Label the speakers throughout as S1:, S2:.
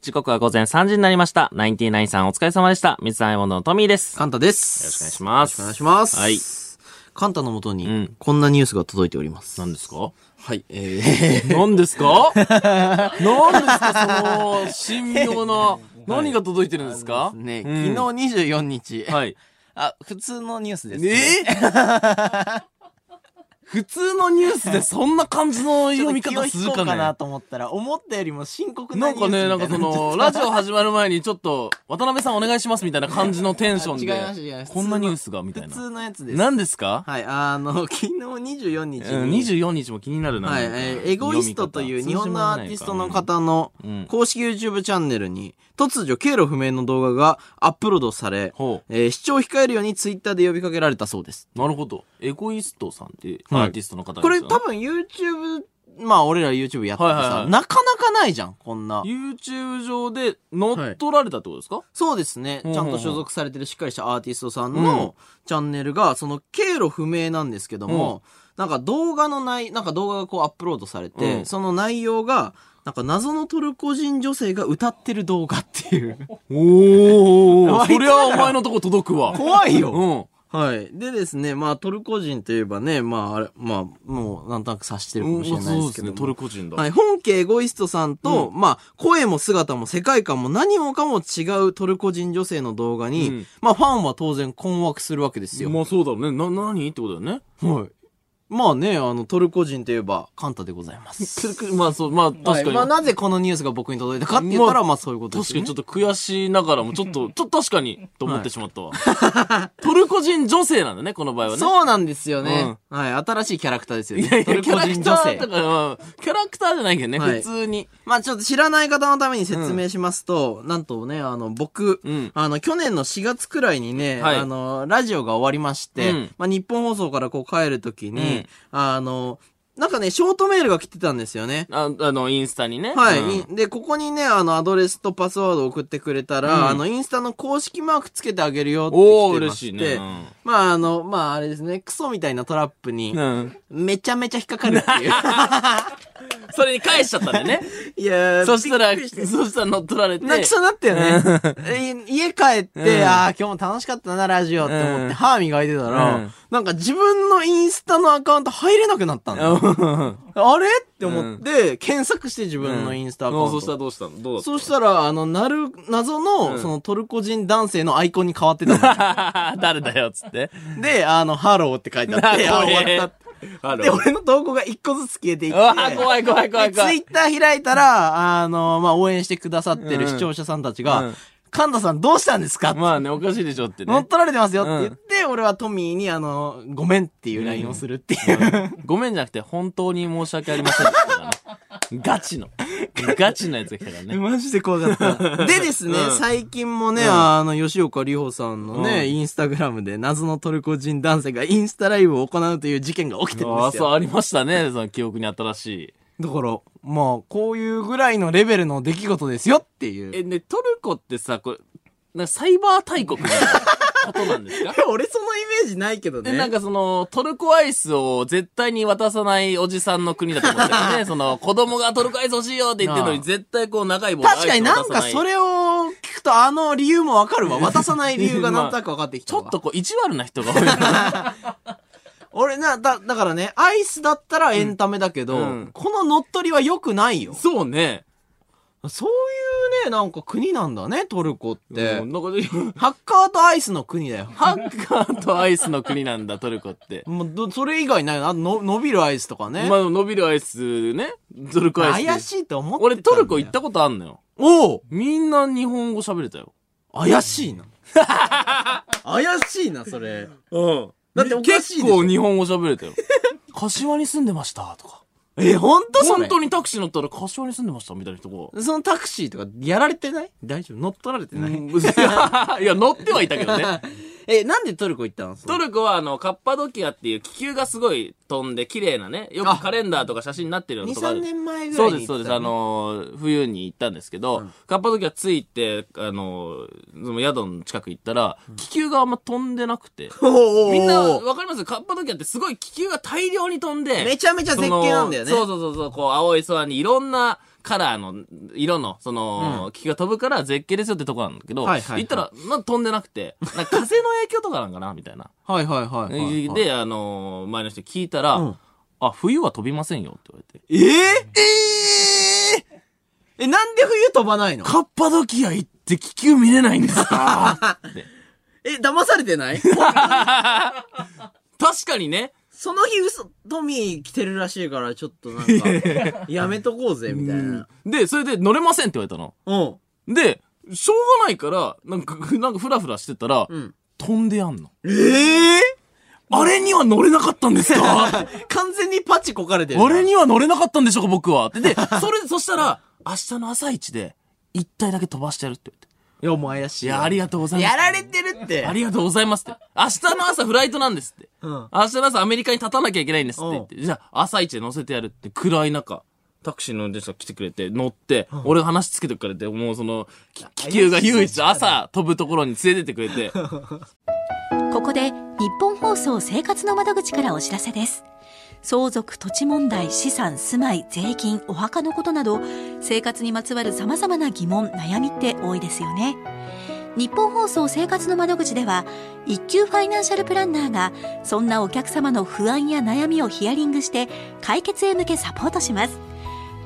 S1: 時刻は午前3時になりました。ナインティナインさんお疲れ様でした。水溜りボンドのトミーです。
S2: カンタです。
S1: よろしくお願いします
S2: よろしくお願いします。
S1: はい。
S2: カンタのもと
S1: う
S2: に
S1: ん、
S2: こんなニュースが届いております。
S1: 何ですか
S2: はい、 え
S1: 何です か何ですかその、神妙 な、何が届いてるんですか
S2: ー、ね、
S1: うん
S2: 昨日24日、
S1: はい。
S2: あ、普通のニュースですね。
S1: え 普通のニュースでそんな感じの
S2: ちょ
S1: 読
S2: っ
S1: み
S2: と気
S1: 方
S2: を引
S1: する
S2: こ
S1: か
S2: うかな
S1: ね
S2: と思ったら、思ったよりも深刻な
S1: な
S2: ニ
S1: ん
S2: ュース
S1: か
S2: みた
S1: ね、
S2: い
S1: なんかその、ラジオ始まる前にちょっと、渡辺さんお願いしますみたいな感じのテンション
S2: あ違います違いま
S1: で、
S2: す
S1: こんなニュースがみたい
S2: 普
S1: な。
S2: 通のやつです。
S1: 何ですか
S2: はい、あの、昨日24日に、
S1: うん24日も気になるな。
S2: はい、えーエゴイストという日本のアーティストの方の
S1: うん
S2: 公式 YouTube チャンネルに突如経路不明の動画がアップロードされ、
S1: ほ
S2: えー視聴を控えるように Twitter で呼びかけられたそうです。
S1: う。なるほど。エゴイストさんってア
S2: はい
S1: ーティストの方です
S2: こ
S1: よね
S2: れ多分 YouTube、まあ俺ら YouTube やってて
S1: は
S2: さ、
S1: いはいはい
S2: なかなかないじゃん、こんな。
S1: YouTube 上で乗っ取られたってことですか、
S2: そうですね。
S1: うんうん
S2: ち
S1: う
S2: ゃ
S1: ん
S2: んと所属されてるしっかりしたアーティストさん
S1: うん
S2: のチャンネルが、その経路不明なんですけども、なんか動画の内、なんか動画がこうアップロードされて、
S1: うん
S2: その内容が、なんか謎のトルコ人女性が歌ってる動画っていう。
S1: お
S2: ー
S1: そりゃお前のとこ届くわ。
S2: 怖いよ
S1: うん。
S2: はい。でですね、まあトルコ人といえばね、まああれ、まあもうなんとなく察してるかもしれない
S1: そう
S2: で
S1: です
S2: け
S1: す
S2: ど
S1: ね。
S2: も
S1: トルコ人だ。
S2: はい、本家エゴイストさんと、まあ、声も姿も世界観も何もかも違うトルコ人女性の動画に、
S1: うん
S2: まあ、ファンは当然困惑するわけですよ。
S1: まあそうだろうね。な、何ってことだ よね。
S2: はい。まあね、あの、トルコ人といえば、カンタでございます。
S1: トルコまあそう、まあ確かに。
S2: はいまあ、なぜこのニュースが僕に届いたかって言ったら、
S1: ま
S2: まあ、そういうことです
S1: 確か
S2: よ
S1: に
S2: ね。
S1: ちょっと悔しいながらも、ちょっと、ちょっと確かに、と思ってしまったわ。 トルコ人女性なんだね、この場合はね。
S2: そうなんですよね、はい、新しいキャラクターですよ
S1: いや
S2: ね。
S1: い
S2: ト
S1: や、
S2: ル
S1: キャ
S2: コ
S1: ラ
S2: 人
S1: クタ
S2: 女
S1: ー
S2: 性
S1: と。か、まあキャラクターじゃないけどね、
S2: は
S1: 普
S2: い
S1: 通に。
S2: まあちょっと知らない方のために説明しますと、なんとね、あの、僕、
S1: うん
S2: あの、去年の4月くらいにね、
S1: はい
S2: あの、ラジオが終わりまして、
S1: うん
S2: まあ日本放送からこう帰るときに、
S1: うん
S2: あの、なんかね、ショートメールが来てたんですよね。
S1: ああの、インスタにね。
S2: はい、
S1: うん
S2: で、ここにね、あの、アドレスとパスワードを送ってくれたら、
S1: うん
S2: あの、インスタの公式マークつけてあげるよって
S1: お
S2: 来
S1: ー、
S2: てま
S1: 嬉
S2: し
S1: していね。うん
S2: まあ、あの、まあ、あれですね、クソみたいなトラップに、
S1: うん。
S2: めちゃめちゃ引っかかる っていう。
S1: それに返しちゃったんだよ ね。
S2: いやー
S1: そしたら、
S2: びっくりて
S1: そしたら乗っ取られて。
S2: 泣きそうになったよね。え家帰って、
S1: うん
S2: ああ、今日も楽しかったな、ラジオって思って、
S1: うん
S2: 歯磨いてたら、
S1: うん
S2: なんか自分のインスタのアカウント入れなくなったんだよ。
S1: うん
S2: あれって思って、検索して自分のインスタアカウ
S1: そ
S2: ント。
S1: したらどうしたのどうだった
S2: そしたら、あの、なる、謎の、
S1: うん
S2: そのトルコ人男性のアイコンに変わってたの
S1: 誰だよ、つって。
S2: で、あの、ハローって書いてあって、あ、終わっ
S1: った。あ
S2: た。
S1: る
S2: で、。俺の投稿が一個ずつ消えていって
S1: う。わー怖い怖い怖い怖
S2: ツイ
S1: い。
S2: ッター開いたら、あの、まあ、応援してくださってる視聴者さんたち
S1: うんう
S2: が
S1: ん、
S2: 神田さんどうしたんですかって
S1: まあね、おかしいでしょって
S2: 乗っ
S1: ね。
S2: 取られてますよって言って、俺はトミーに、あの、ごめんっていう LINE をするっていう。
S1: ごめんじゃなくて、本当に申し訳ありませんでしたからね。ガチの。ガチのやつが来たからね。
S2: マジ で怖かった。 でですね、
S1: うん
S2: 最近もね、
S1: うん
S2: あの、吉岡里帆さんのね、
S1: うん
S2: インスタグラムで謎のトルコ人男性がインスタライブを行うという事件が起きてるん
S1: ああ、
S2: です
S1: そう、
S2: よ。
S1: ありましたね。その記憶に新しい。
S2: だから、まあ、こういうぐらいのレベルの出来事ですよっていう。
S1: え、ね、トルコってさ、これ、なんかサイバー大国みたいなことなん ですか
S2: 俺そのイメージないけど
S1: で、
S2: ね。
S1: なんかその、トルコアイスを絶対に渡さないおじさんの国だと思ってる ね。その、子供がトルコアイス欲しいよって言ってるのに、
S2: なあ
S1: 絶対こう、長い棒でアイス
S2: 確かに
S1: を渡さ
S2: なんかそれを聞くとあの理由もわかるわ。渡さない理由がなんとなくわかってき
S1: ち
S2: た
S1: ょ
S2: わ。
S1: っとこう、意地悪な人が多いな。
S2: 俺な、だ、だからね、アイスだったらエンタメだけど、
S1: うんうん
S2: この乗っ取りは良くないよ。
S1: そうね。
S2: そういうね、なんか国なんだね、トルコって。
S1: うんなんか、
S2: ハッカーとアイスの国だよ。
S1: ハッカーとアイスの国なんだ、トルコって。
S2: もうど、それ以外ないよあの、伸びるアイスとかね。
S1: まあ、伸びるアイスね。トルコアイスって。
S2: 怪しいと思ってたんだ
S1: 俺、
S2: よ
S1: トルコ行ったことあんのよ。
S2: おう
S1: みんな日本語喋れたよ。
S2: 怪し いな。怪しいな、それ。
S1: うん。
S2: だっておかしいでしょ
S1: 結構日本語喋れたよ。 柏に住んでました、とか。
S2: え、ほんとそれ
S1: 本当にタクシー乗ったら柏に住んでましたみたいな人が。
S2: そのタクシーとかやられてない大丈夫乗っ取られてない、
S1: いや、乗 ってはいたけどね。
S2: え、なんでトルコ行ったのその
S1: トルコはあの、カッパドキアっていう気球がすごい飛んで綺麗なね、よくカレンダーとか写真になってるような
S2: 2、
S1: とこあ
S2: 3
S1: る。
S2: 年前ぐら
S1: そう
S2: い
S1: で
S2: に
S1: す、そ
S2: 行
S1: う
S2: っ
S1: です。
S2: てた
S1: あ
S2: のね、
S1: のー、冬に行ったんですけど、カッパドキア着いて、あのー、その宿の近く行ったら、気球があんま飛んでなくて。
S2: おー
S1: みんな、わかりますカッパドキアってすごい気球が大量に飛んで。
S2: めちゃめちゃ絶景なんだよね。
S1: そのそうそうそうそう、こう、青い空にいろんなカラーの、色の、その、気が飛ぶから絶景ですよってとこなんだけど、
S3: はいはいはい
S1: 行ったら、なんか飛んでなくて、なんか風の影響とかなんかなみた いな。
S3: はいはいはいはいはい。
S1: で、あのー前の人に聞いたら、
S2: うん
S1: あ、冬は飛びませんよって言われて。
S2: えー、えー、え、なんで冬飛ばないの
S1: カッパドキア行って気球見れないんです かって
S2: え、騙されてない
S1: 確かにね。
S2: その日嘘、トミー来てるらしいから、ちょっとなん か、やめとこうぜ、みたいな。
S1: で、それで乗れませんって言われたの。
S2: うん。
S1: で、しょうがないから、なんか、なんかフラフラしてたら、
S2: ん
S1: 飛んでやんの。
S2: ええ
S1: あれには乗れなかったんですかあ
S2: 完全にパチこかれてるな。
S1: れには乗れなかったんでしょうか、僕 は。で、それ、そしたら、明日の朝一で、一体だけ飛ばしてやるって言って。
S2: いや、もう怪しい
S1: い
S2: わ。
S1: や、ありがとうございます。
S2: やられてるって。
S1: ありがとうございますって。明日の朝フライトなんですって。
S2: うん。
S1: 明日の朝アメリカに立たなきゃいけないんですって言って、じゃあ朝一で乗せてやるって暗い中、タクシーの運転手が来てくれて、乗って、俺が話つけてくれて、もうその、き気球が唯一朝飛ぶところに連れてってくれ て、
S4: ここで日本放送生活の窓口からお知らせです。相続、土地問題、資産、住まい、税金、お墓のことなど、生活にまつわる様々な疑問、悩みって多いですよね。日本放送生活の窓口では、一級ファイナンシャルプランナーが、そんなお客様の不安や悩みをヒアリングして、解決へ向けサポートします。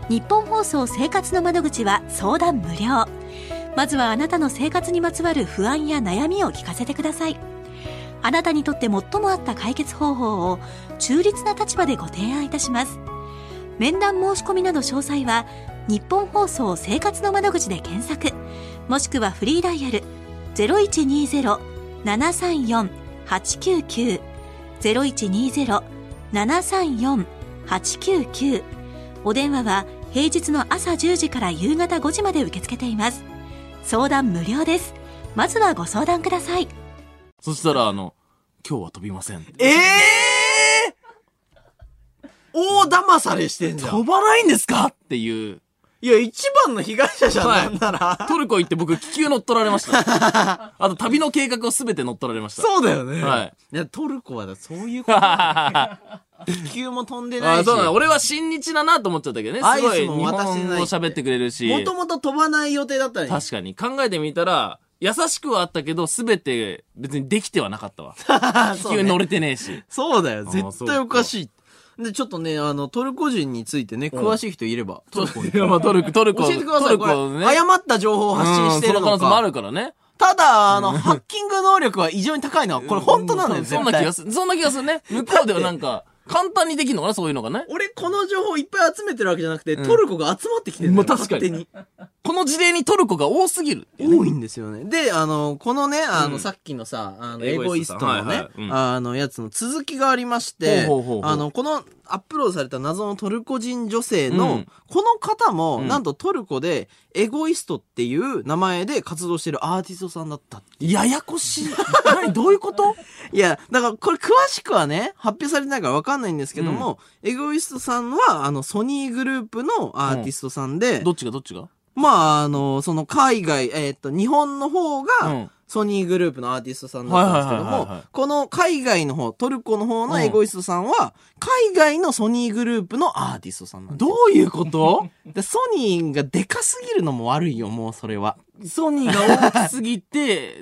S4: 日本放送生活の窓口は相談無料。まずはあなたの生活にまつわる不安や悩みを聞かせてください。あなたにとって最も合った解決方法を中立な立場でご提案いたします。面談申し込みなど詳細は、日本放送生活の窓口で検索、もしくはフリーダイヤル0120-734-899、0120-734-899お電話は平日の朝10時から夕方5時まで受け付けています。相談無料です。まずはご相談ください。
S1: そしたらあの、今日は飛びませんって。
S2: ええ大騙されしてんじゃん
S1: 飛。ばないんですかっていう。
S2: いや、一番の被害者じゃん、
S1: はい
S2: なんなら。
S1: トルコ行って僕気球乗っ取られました。あと旅の計画を全て乗っ取られました。
S2: そうだよね。
S1: はい。
S2: や、トルコはだ、そういうこと。気球も飛んでない
S1: あ
S2: し。
S1: そうなの。俺は親日だなと思っちゃったけどね。
S2: ア
S1: す
S2: イスも
S1: ごい日本語
S2: 渡してないって
S1: 喋ってくれるし。
S2: もともと飛ばない予定だったのに。
S1: 確かに。考えてみたら、優しくはあったけど、すべて別にできてはなかったわ。
S2: か
S1: 気球乗れてねえし。
S2: そうだよ。
S1: ー
S2: 絶対おかしい。で、ちょっとね、あの、トルコ人についてね、詳しい人いれば、トルコに。
S1: いや、まあトルコ、トルコ、
S2: 教えてくださ
S1: ト
S2: い。
S1: ル
S2: こ
S1: コ
S2: れ、
S1: ね。
S2: 誤った情報を発信してる
S1: うんその可能
S2: の
S1: 性もあ
S2: か。
S1: るからね。
S2: ただ、あの、ハッキング能力は異常に高いのは、これ本当なのよ、
S1: そ
S2: 絶
S1: んな気
S2: 対
S1: が。する。そんな気がするね。向こうではなんか、簡単にできるのかな、そういうのがね。
S2: 俺、この情報いっぱい集めてるわけじゃなくて、トルコが集まってきてるんだよ
S1: まあ確かに
S2: 勝
S1: この事例にトルコが多すぎるって
S2: 手
S1: いう
S2: に。
S1: ね。
S2: 多いんですよね。で、あの、このね、あの、
S1: うん
S2: さっきのさ、あの、エ
S1: エ
S2: ゴ
S1: ゴ
S2: イ
S1: イ
S2: ス
S1: ス
S2: ト
S1: ト
S2: の
S1: は
S2: ね、
S1: いはいうん
S2: あの、やつの続きがありまして、
S1: ほうほうほうほう
S2: あの、このアップロードされた謎のトルコ人女性
S1: う
S2: の、
S1: ん
S2: この方も、
S1: うん
S2: なんとトルコで、エゴイストっていう名前で活動してるアーティストさんだった。
S1: ややこしい。何どういうこと
S2: いや、だからこれ詳しくはね、発表されてないからわかんないんですけども、エゴイストさんは、あの、ソニーグループのアーティストさんで、
S1: どっちがどっちが
S2: まあ、あの、その海外、えーっと、日本の方が、
S1: うん
S2: ソニーグループのアーティストさんだったんですけど
S1: はいはいはいはい
S2: も
S1: はい、
S2: この海外の方、トルコの方
S1: う
S2: の
S1: ん
S2: エゴイストさんは、海外のソニーグループのアーティストさんなんで
S1: ど
S2: すよ
S1: ういうこと
S2: で、ソニーがでかすぎるのも悪いよ、もうそれは。
S1: ソニーが大きすぎて、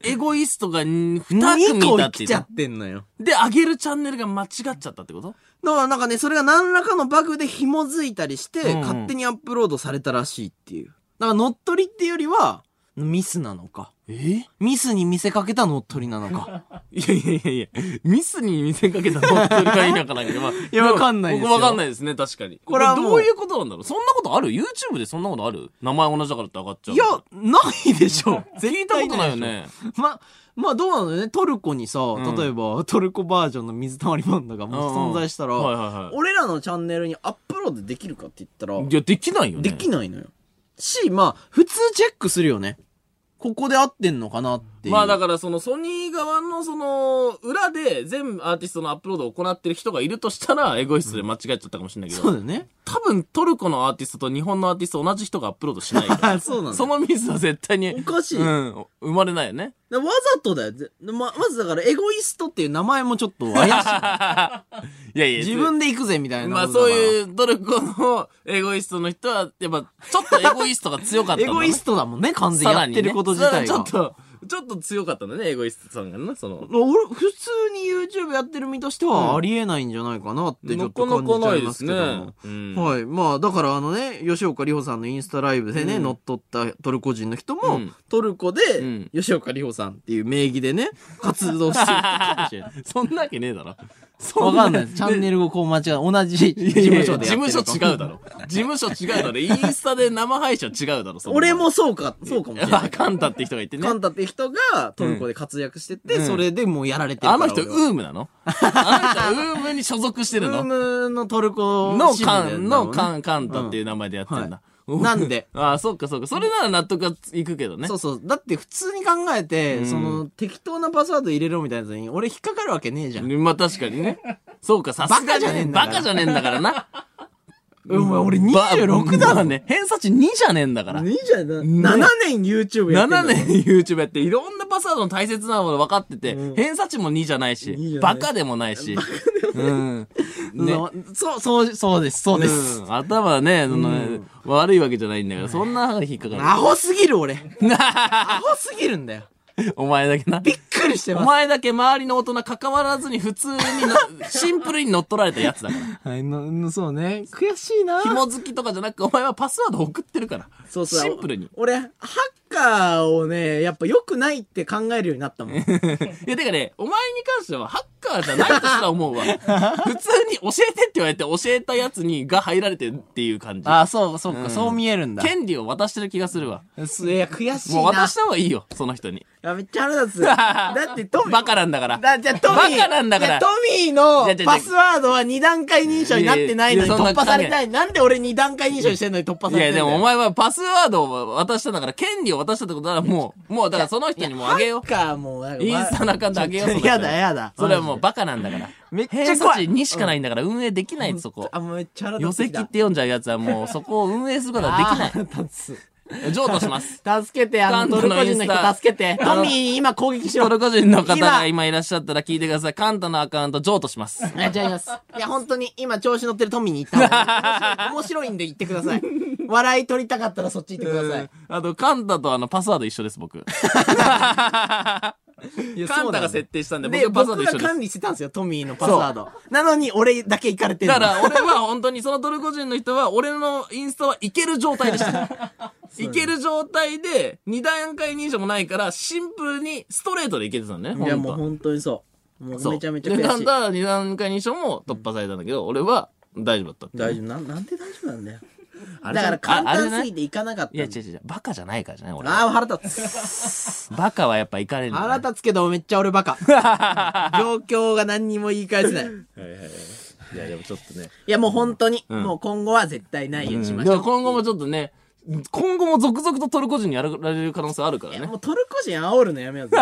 S1: エゴイストが2
S2: 2個
S1: 組だっ
S2: 生
S1: て
S2: き
S1: いう
S2: ちゃってんのよ。
S1: で、上げるチャンネルが間違っちゃったってこと
S2: だからなんかね、それが何らかのバグで紐づいたりして、
S1: うんうん
S2: 勝手にアップロードされたらしいっていう。だから乗っ取りっていうよりは、ミスなのか。
S1: え
S2: ミスに見せかけた乗っ取りなのか。
S1: いやいやいやいや、ミスに見せかけた本当にがいいのかなんか、まあ、い
S2: やわかん ないですよ
S1: 僕わかんないですね、確かに。
S2: こ
S1: こ
S2: れ
S1: れ
S2: は
S1: は
S2: もう
S1: どういうことなんだろうそんなことある ?YouTube でそんなことある名前同じだからって上が っちゃう。
S2: いや、ないでしょ。
S1: 聞いたことないよね。
S2: ま、まあどうなのね、トルコにさ、
S1: ん
S2: 例えばトルコバージョンの水溜りバンドがも
S1: うんうん
S2: し存在したら、
S1: はいはいは
S2: 俺らのチャンネルにアップロードできるかって言ったら、
S1: い。いや、できないよね。
S2: できないのよ。し、まあ、普通チェックするよね。ここで合ってんのかなっていう。
S1: まあだからそのソニー側のその裏で全アーティストのアップロードを行ってる人がいるとしたらエゴイストで間違えちゃったかもしれないけど、
S2: そうだよね。
S1: 多分トルコのアーティストと日本のアーティスト同じ人がアップロードしないから
S2: あ、 そうなん だ。
S1: そのミスは絶対に
S2: お、かしい。
S1: うん、生まれないよね。
S2: わざとだよ。ぜま、まずだから、エゴイストっていう名前もちょっと 怪し
S1: いやい
S2: い。
S1: や、
S2: 自分で行くぜ、みたいな。
S1: まあそう
S2: う。
S1: いうトルコのエゴイストの人は、やっぱちょっとエゴイストが強かったん
S2: エ
S1: だね
S2: ゴイストだもんね、完全
S1: さ
S2: にや
S1: ら
S2: っ
S1: にね
S2: てること自体
S1: さら
S2: が
S1: にち。ょっと、ちょっと強かったんだね、エゴイストさんがな、その。
S2: 俺、普通に YouTube やってる身としてはありえないんじゃないかなってちょっと感じちゃいますけども。
S1: うん
S2: はい。まあ、だからあのね、吉岡里帆さんのインスタライブでね、
S1: うん
S2: 乗っ取ったトルコ人の人も、
S1: うん
S2: トルコで
S1: うん、
S2: 吉岡里帆さんっていう名義でね、活動してるかもしれない。
S1: そんなわけねえだろ。
S2: わかん ない。チャンネルをこう間違う。同じ事務所でやってるかも
S1: 事務所違うだろ。事務所違う だろ。インスタで生配信は違うだろ、そんなの
S2: 俺。もそうか、そうかもしれない。
S1: あ、カンタって人がいてね
S2: カ。ンタって人がトルコで活躍してて、
S1: うん
S2: それでもうやられてるから。
S1: あの人、
S2: 俺は
S1: ウームなのあの人、ウームに所属してる
S2: ウー
S1: の
S2: ムのトルコ
S1: の
S2: 支部だよ
S1: カ
S2: ね
S1: ン、のカン、カンタっていう名前でやってんだ。
S2: んなんで
S1: ああ、そっかそっか。それなら納得がいくけどね
S2: そ。うそう。だって普通に考えて、
S1: うん
S2: その適当なパスワード入れろみたいなやつに、俺引っかかるわけねえじゃん。
S1: まあ確かに ね。そうか、さすが
S2: バカじゃねえんだから
S1: バカじゃねえんだからな。
S2: お前俺26だ
S1: だね。偏差値2じゃねえんだから。
S2: いいじゃん。7年 YouTube や
S1: 7
S2: ってんだ
S1: 年 YouTube やって、いろんなパスワードの大切なもの分かってて、偏差値も2じゃないし、
S2: いいよね
S1: バカでもないし。うん。ね。
S2: ね。そう、そう、そうです、そうです。
S1: うん頭はね、その悪いわけじゃないんだから、そんな歯が引っかか
S2: アホすぎる俺。 アホすぎるんだよ。
S1: る。お前だけな。
S2: びっくりして
S1: お
S2: ま
S1: 前だけ周りの大人関わらずに普通にの シンプルに乗っ取られたやつだから。
S2: す。はい、のそうね。悔しいな
S1: 紐付きとかじゃなく、お前はパスワード送ってるから。
S2: そうそう。
S1: シンプル に。
S2: 俺、ハッカーをね、やっぱ良くないって考えるようになったもん。
S1: い や、てかね、お前に関してはハッカーじゃないとすら思うわ。普通に教えてって言われて教えたやつにが入られてるっていう感じ。
S2: あ、そう、そうか、そう見えるんだ。
S1: 権利を渡してる気がするわ。
S2: すいや、悔しい
S1: もう
S2: な
S1: 渡し。た方がいいよ、その人に。
S2: いや、めっちゃ腹立つ。 だってトミー。
S1: バカなんだから。
S2: だじゃあトミー。
S1: バカなんだから
S2: いやトミー
S1: いや
S2: の
S1: いや
S2: パスワードは二段階認証になってないの
S1: いやいや
S2: に
S1: いやそんな
S2: 突破されたい。なんで俺二段階認証してんのに突破
S1: い
S2: され
S1: や、
S2: てんだ
S1: で
S2: よ
S1: もお前はパスワードを渡したんだから、権利を渡したってことならもう、もうだからその人にもあげよ
S2: ハッカーもうなん
S1: う。
S2: か
S1: インスタのアカウントあげよう。その人に
S2: やだやだ。
S1: それはもうバカなんだから。
S2: めっちゃ怖
S1: 偏
S2: い
S1: 差値2しかないんだから運営できないそこ。
S2: あ、もうめっちゃ腹
S1: 寄
S2: 立つ。
S1: 席って読んじゃうやつはもうそこを運営することはで
S2: できない。立つ。
S1: きない。譲渡します。
S2: 助けて、あの、
S1: カン
S2: トル
S1: タの
S2: コ
S1: イ
S2: 人
S1: ン
S2: の
S1: スタ
S2: 人助けて。
S1: あ
S2: ト
S1: の
S2: ミー、今攻撃しろ。
S1: トルコ人の方が
S2: 今
S1: 今いらっしゃったら聞いてください。カンタのアカウント譲渡します。
S2: いや、違います。いや、本当に、今調子乗ってるトミーに行った方が面白い面白いんで行ってください。笑い取りたかったらそっち行ってください。
S1: あと、カンタとあの、パスワード一緒です、僕。カンタが設定したんで、
S2: で、
S1: 僕パスワー
S2: 僕
S1: ド一緒で
S2: が
S1: す
S2: 管。理してたんですよ、トミーのパスワード。なのに、俺だけ行かれてる
S1: だから、俺は本当にそのトルコ人の人は、俺のインスタはいける状態 でした。いける状態で、二段階認証もないから、シンプルにストレートでいけてたんだね、
S2: いや、
S1: 本当
S2: もう
S1: は
S2: 本当にそう。もう
S1: そう
S2: めちゃめちゃ
S1: で、カ
S2: 悔し
S1: ン
S2: い。
S1: タは二段階認証も突破されたんだけど、俺は大丈夫だった。
S2: 大丈夫。なん、なんで大丈夫なんだよ。
S1: あ
S2: だ
S1: れじ
S2: か
S1: ゃ
S2: ら簡
S1: ああれじゃ
S2: 単
S1: な
S2: す
S1: い
S2: ぎて行かなかったん
S1: いや、
S2: だ。
S1: 違う違う、バカじゃないからじゃない、俺。
S2: ああ、腹 立つ。
S1: バカはやっぱいかれるんだね
S2: 腹立つけど、めっちゃ俺バカ。 状況が何にも言い返せない。
S1: いや、でもちょっとね。
S2: いや、もう本当に、
S1: ん
S2: もう今後は絶対ないようにしまし
S1: で
S2: ょう。
S1: も今後もちょっとね、今後も続々とトルコ人にやられる可能性あるからね
S2: も。うトルコ人煽るのやめようぜ。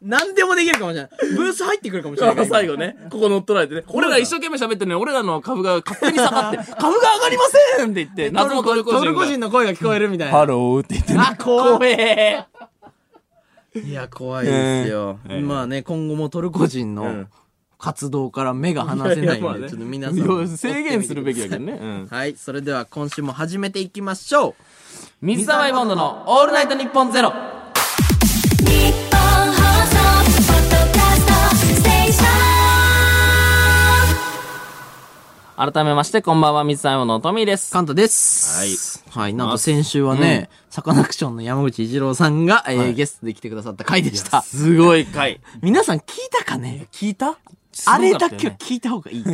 S2: 何でもできるかもしれない。ブース入ってくるかもし れないから。
S1: 最後ね、ここ乗っ取られてね。俺ら一生懸命喋ってるのに、俺らの株が勝手に下がって、 株が上がりませんって言って、謎のトルコ人が。
S2: トルコ人の声が聞こえるみたいな。
S1: ハローって言ってね。
S2: あ、怖
S1: 怖
S2: い。
S1: え。
S2: いや、怖いですよ。
S1: ええ
S2: まあね、今後もトルコ人
S1: う
S2: の
S1: ん
S2: 活動から目が離せない
S1: いや
S2: んで、
S1: まあね
S2: ちょっと皆さんも。
S1: 制限するべきだけどね。 うん。
S2: はい、それでは今週も始めていきましょう。
S1: 水溜りボンドのオールナイトニッポンゼロ。
S5: 日本放送ポッドキャストステーション
S1: 改めまして、こんばんは、水溜りボンドのトミーです。
S2: カンタです。はい。はい、なんと先週はね、サカナクションの山口一郎さんが、えーゲストで来てくださった回でした。
S1: すごい回。
S2: 皆さん聞いたかね
S1: 聞いた
S2: あれだけは聞いた方がいい。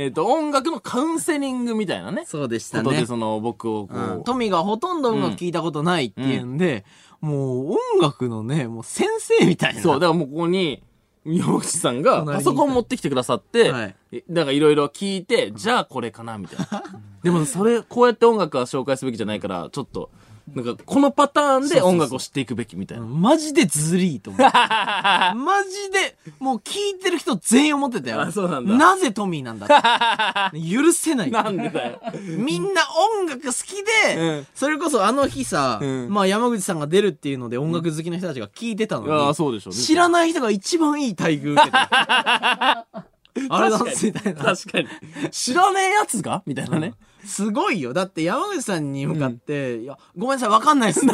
S1: えっと、音楽のカウンセリングみたいなね。
S2: そうでし
S1: こ
S2: た
S1: と
S2: ね
S1: で、。その、僕をこ
S2: うん
S1: う、
S2: トミがほとんど音楽聞いたことないっていうんで、もう音楽のね、もう先生みたいな。
S1: そう、だからもうここに、山口さんが
S2: 隣にいた
S1: パソコン持ってきてくださって、
S2: はい
S1: えなんかいろいろ聞いて、じゃあこれかな、みたいな。でもそれ、こうやって音楽は紹介すべきじゃないから、ちょっと、なんかこのパターンで音楽を知っていくべきみたいな。
S2: マジでずりーと 思った。マジで、もう聞いてる人全員思ってたよ。
S1: あそうなんだ
S2: なぜトミーなんだ って。許せない。
S1: なんでだよ。
S2: みんな音楽好きで、
S1: うん
S2: それこそあの日さ、
S1: ん
S2: まあ山口さんが出るっていうので音楽好きな人たちが聞いてたの
S1: いや
S2: に、
S1: ーそうでしょうね。
S2: 知らない人が一番いい待遇 受けた。あれだ
S1: 確かに
S2: みたいな。
S1: 確かに。知らねえやつがみたいなね。
S2: すごいよ。だって山口さんに向かって、いや、ごめんなさい、わかんない っすね。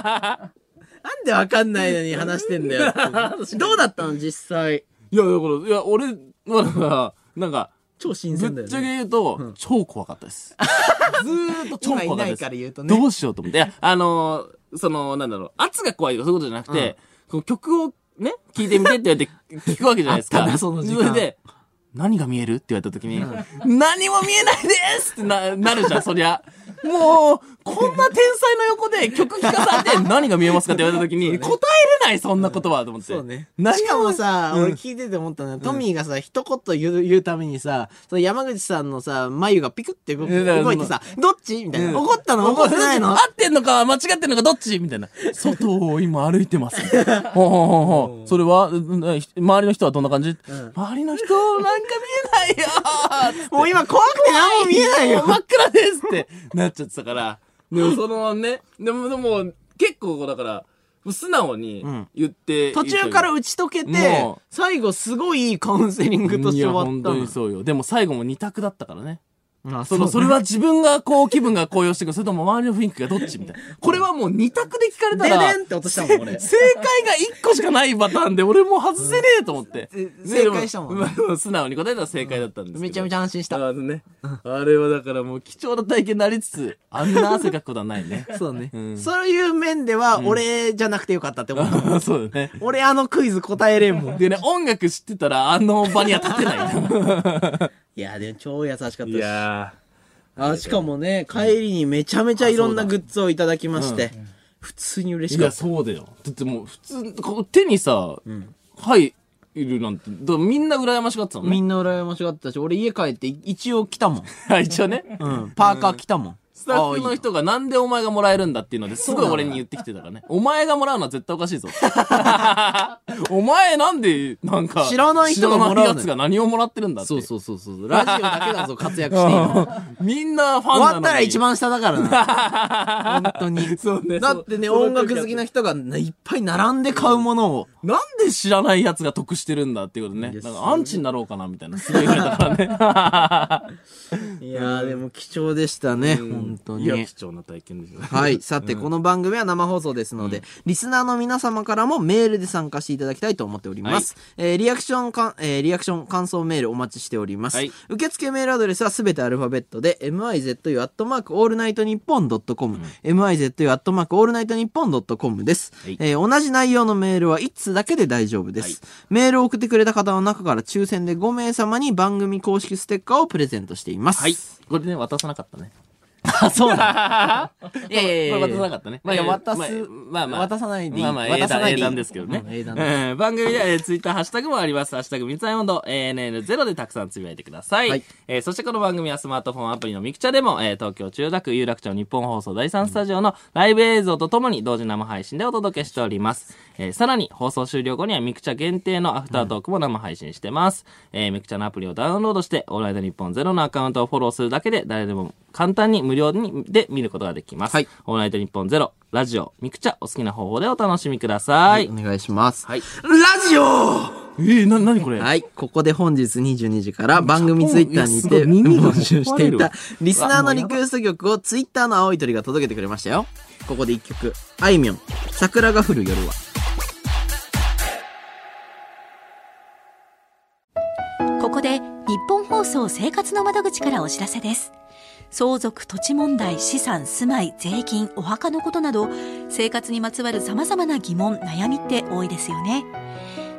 S2: なんでわかんないのに話してんだよ。どうだったの実際。
S1: いや、だから、いや、俺はだから、なんか、
S2: 超新鮮
S1: ぶっ
S2: だよ
S1: ちゃけ
S2: ね。
S1: 言うと、超怖かった です。ずーっと超怖か
S2: 今
S1: った
S2: いな
S1: で
S2: い
S1: す
S2: か。ら言うとね。
S1: どうしようと思って。いや、あのーその、なんだろう、圧が怖いとかそういうことじゃなくて、この曲をね、聴いてみてって言わ れて聞くわけじゃないです
S2: あった
S1: か。
S2: なその時
S1: れ
S2: 間
S1: で、何が見えるって言われた時に、何も見えないですってな、なるじゃん、そりゃ。もう、こんな天才の横で曲聴かされて何が見えますかって言われた 時に、答えれない、そんなことは、と思って。
S2: そうね。
S1: 何
S2: しかもさ、
S1: うん
S2: 俺聞いてて思ったのは、トミーがさ、一言言う言うためにさ、その山口さんのさ、眉がピクって動く
S1: うんだから
S2: 動いてさ、どっちみたいな。怒ったの
S1: 合
S2: 怒
S1: っ
S2: ってないの
S1: てんのか間違ってんのかどっちみたいな。外を今歩いてます。 ほうほうほうほう。それは、うんうんひ周りの人はどんな感じ、周りの人、なんか見えない よ
S2: もう今怖くて何も見えないよ。
S1: 真っ暗ですって なっちゃってたから。でもそのね、でもでも結構だから、素直に言って、
S2: 途中から打ち解けて
S1: もう、
S2: 最後すごいいいカウンセリングとし
S1: い
S2: て
S1: や、
S2: 終わ
S1: 本
S2: った
S1: 当
S2: の
S1: にそうよ。でも最後も二択だったからね。
S2: あ
S1: その、それは自分がこう、気分が高揚してくる、それとも周りの雰囲気がどっちみたいな。これはもう二択で聞かれたら、
S2: ででんって落としたもん俺
S1: せ正解が一個しかないパターンで、俺もう外せねえと思って。
S2: え 正解したもんね
S1: ねでも素 直に答えたら正解だったんですけど。
S2: めちゃめちゃ安心した。
S1: あのね。あれはだからもう貴重な体験になりつつ、あんな汗かくことはないね。
S2: そうだね、
S1: うん
S2: そういう面では、俺じゃなくてよかったって思う。
S1: そうだね。
S2: 俺あのクイズ答えれんもん。
S1: でね、音楽知ってたら、あの場には立てない。
S2: いや、でも超優しかったし。
S1: や
S2: あ、しかもね、帰りにめちゃめちゃいろんなグッズをいただきまして、普通に嬉し
S1: い
S2: かっ
S1: や、
S2: た。
S1: そうだよ。だってもう、普通、こう手にさ、入るなんて、だからみんな羨ましがってたのね。
S2: みんな羨ましがったし、俺家帰って一応来たもん。
S1: はい、一応 ね。
S2: うん。パーカー来たもん。
S1: スタッフの人がなんでお前がもらえるんだっていうのですごい俺に言ってきてたからね。お前がもらうのは絶対おかしいぞ。 お前なんで、なんか、
S2: 知らない人がもらうのよ
S1: 知らない奴が何をもらってるんだって。
S2: そうそうそうそう。ラジオだけだぞ、活躍しているの。
S1: みんなファンなのに
S2: 終わったら一。番下だからな。 本当に。
S1: そうね。
S2: だってね、
S1: そう
S2: 音楽好きな人がいっぱい並んで買うものを。
S1: なんで知らない奴が得してるんだっていうことね。なんかアンチになろうかなみたいな。すごい言われたからね。
S2: いやー、でも貴重でしたね、本当
S1: いや、
S2: に。
S1: 貴重な体験ですね。
S2: はい。さて、この番組は生放送ですので、リスナーの皆様からもメールで参加していただきたいと思っております。えーリアクションかん、えーリアクション感想メールお待ちしております。
S1: はい
S2: 受付メールアドレスはすべてアルファベットで、mizu.allnightnippon.com、mizu.allnightnippon.com です、
S1: はい
S2: えー同じ内容のメールは1通だけで大丈夫です。メールを送ってくれた方の中から抽選で5名様に番組公式ステッカーをプレゼントしています。
S1: はい。これね、渡さなかったね。
S2: あ、そうだ。 いやいやいやいや
S1: これ渡さなかったね。
S2: いや渡す
S1: まあまあ。
S2: 渡さないでいい
S1: まあまあ、
S2: 渡
S1: 英
S2: さ
S1: 断、
S2: ない
S1: 英
S2: でいい
S1: 断ですけどね。
S2: うん英断
S1: うん番組では、えー、ツイッター、ハッシュタグもあります。ハッシュタグ、三つモンド、ANN0 でたくさんつぶやいてください。
S2: はい
S1: えーそしてこの番組はスマートフォンアプリのミクチャでも、えー東京中田区有楽町日本放送第3スタジオのライブ映像とともに同時生配信でお届けしております。えーさらに、放送終了後にはミクチャ限定のアフタートークも生配信してます。えーミクチャのアプリをダウンロードして、オールナイト日本ゼロのアカウントをフォローするだけで、誰でも簡単に無料にで見ることができます。
S2: はい
S1: オールナイト日本ゼロ、ラジオ、ミクチャ、お好きな方法でお楽しみください。
S2: お願いします。
S1: はい
S2: ラジオ
S1: えー、な、なにこれ
S2: はい。ここで本日22時から番組ツイッターにて
S1: うん耳が
S2: 募集してい
S1: 壊れ
S2: た
S1: る
S2: リスナーのリクエスト曲をツイッターの青い鳥が届けてくれましたよ。ここで一曲。あいみょん、桜が降る夜は。
S4: ここで日本放送生活の窓口からお知らせです。相続、土地問題、資産、住まい、税金、お墓のことなど、生活にまつわる様々な疑問、悩みって多いですよね。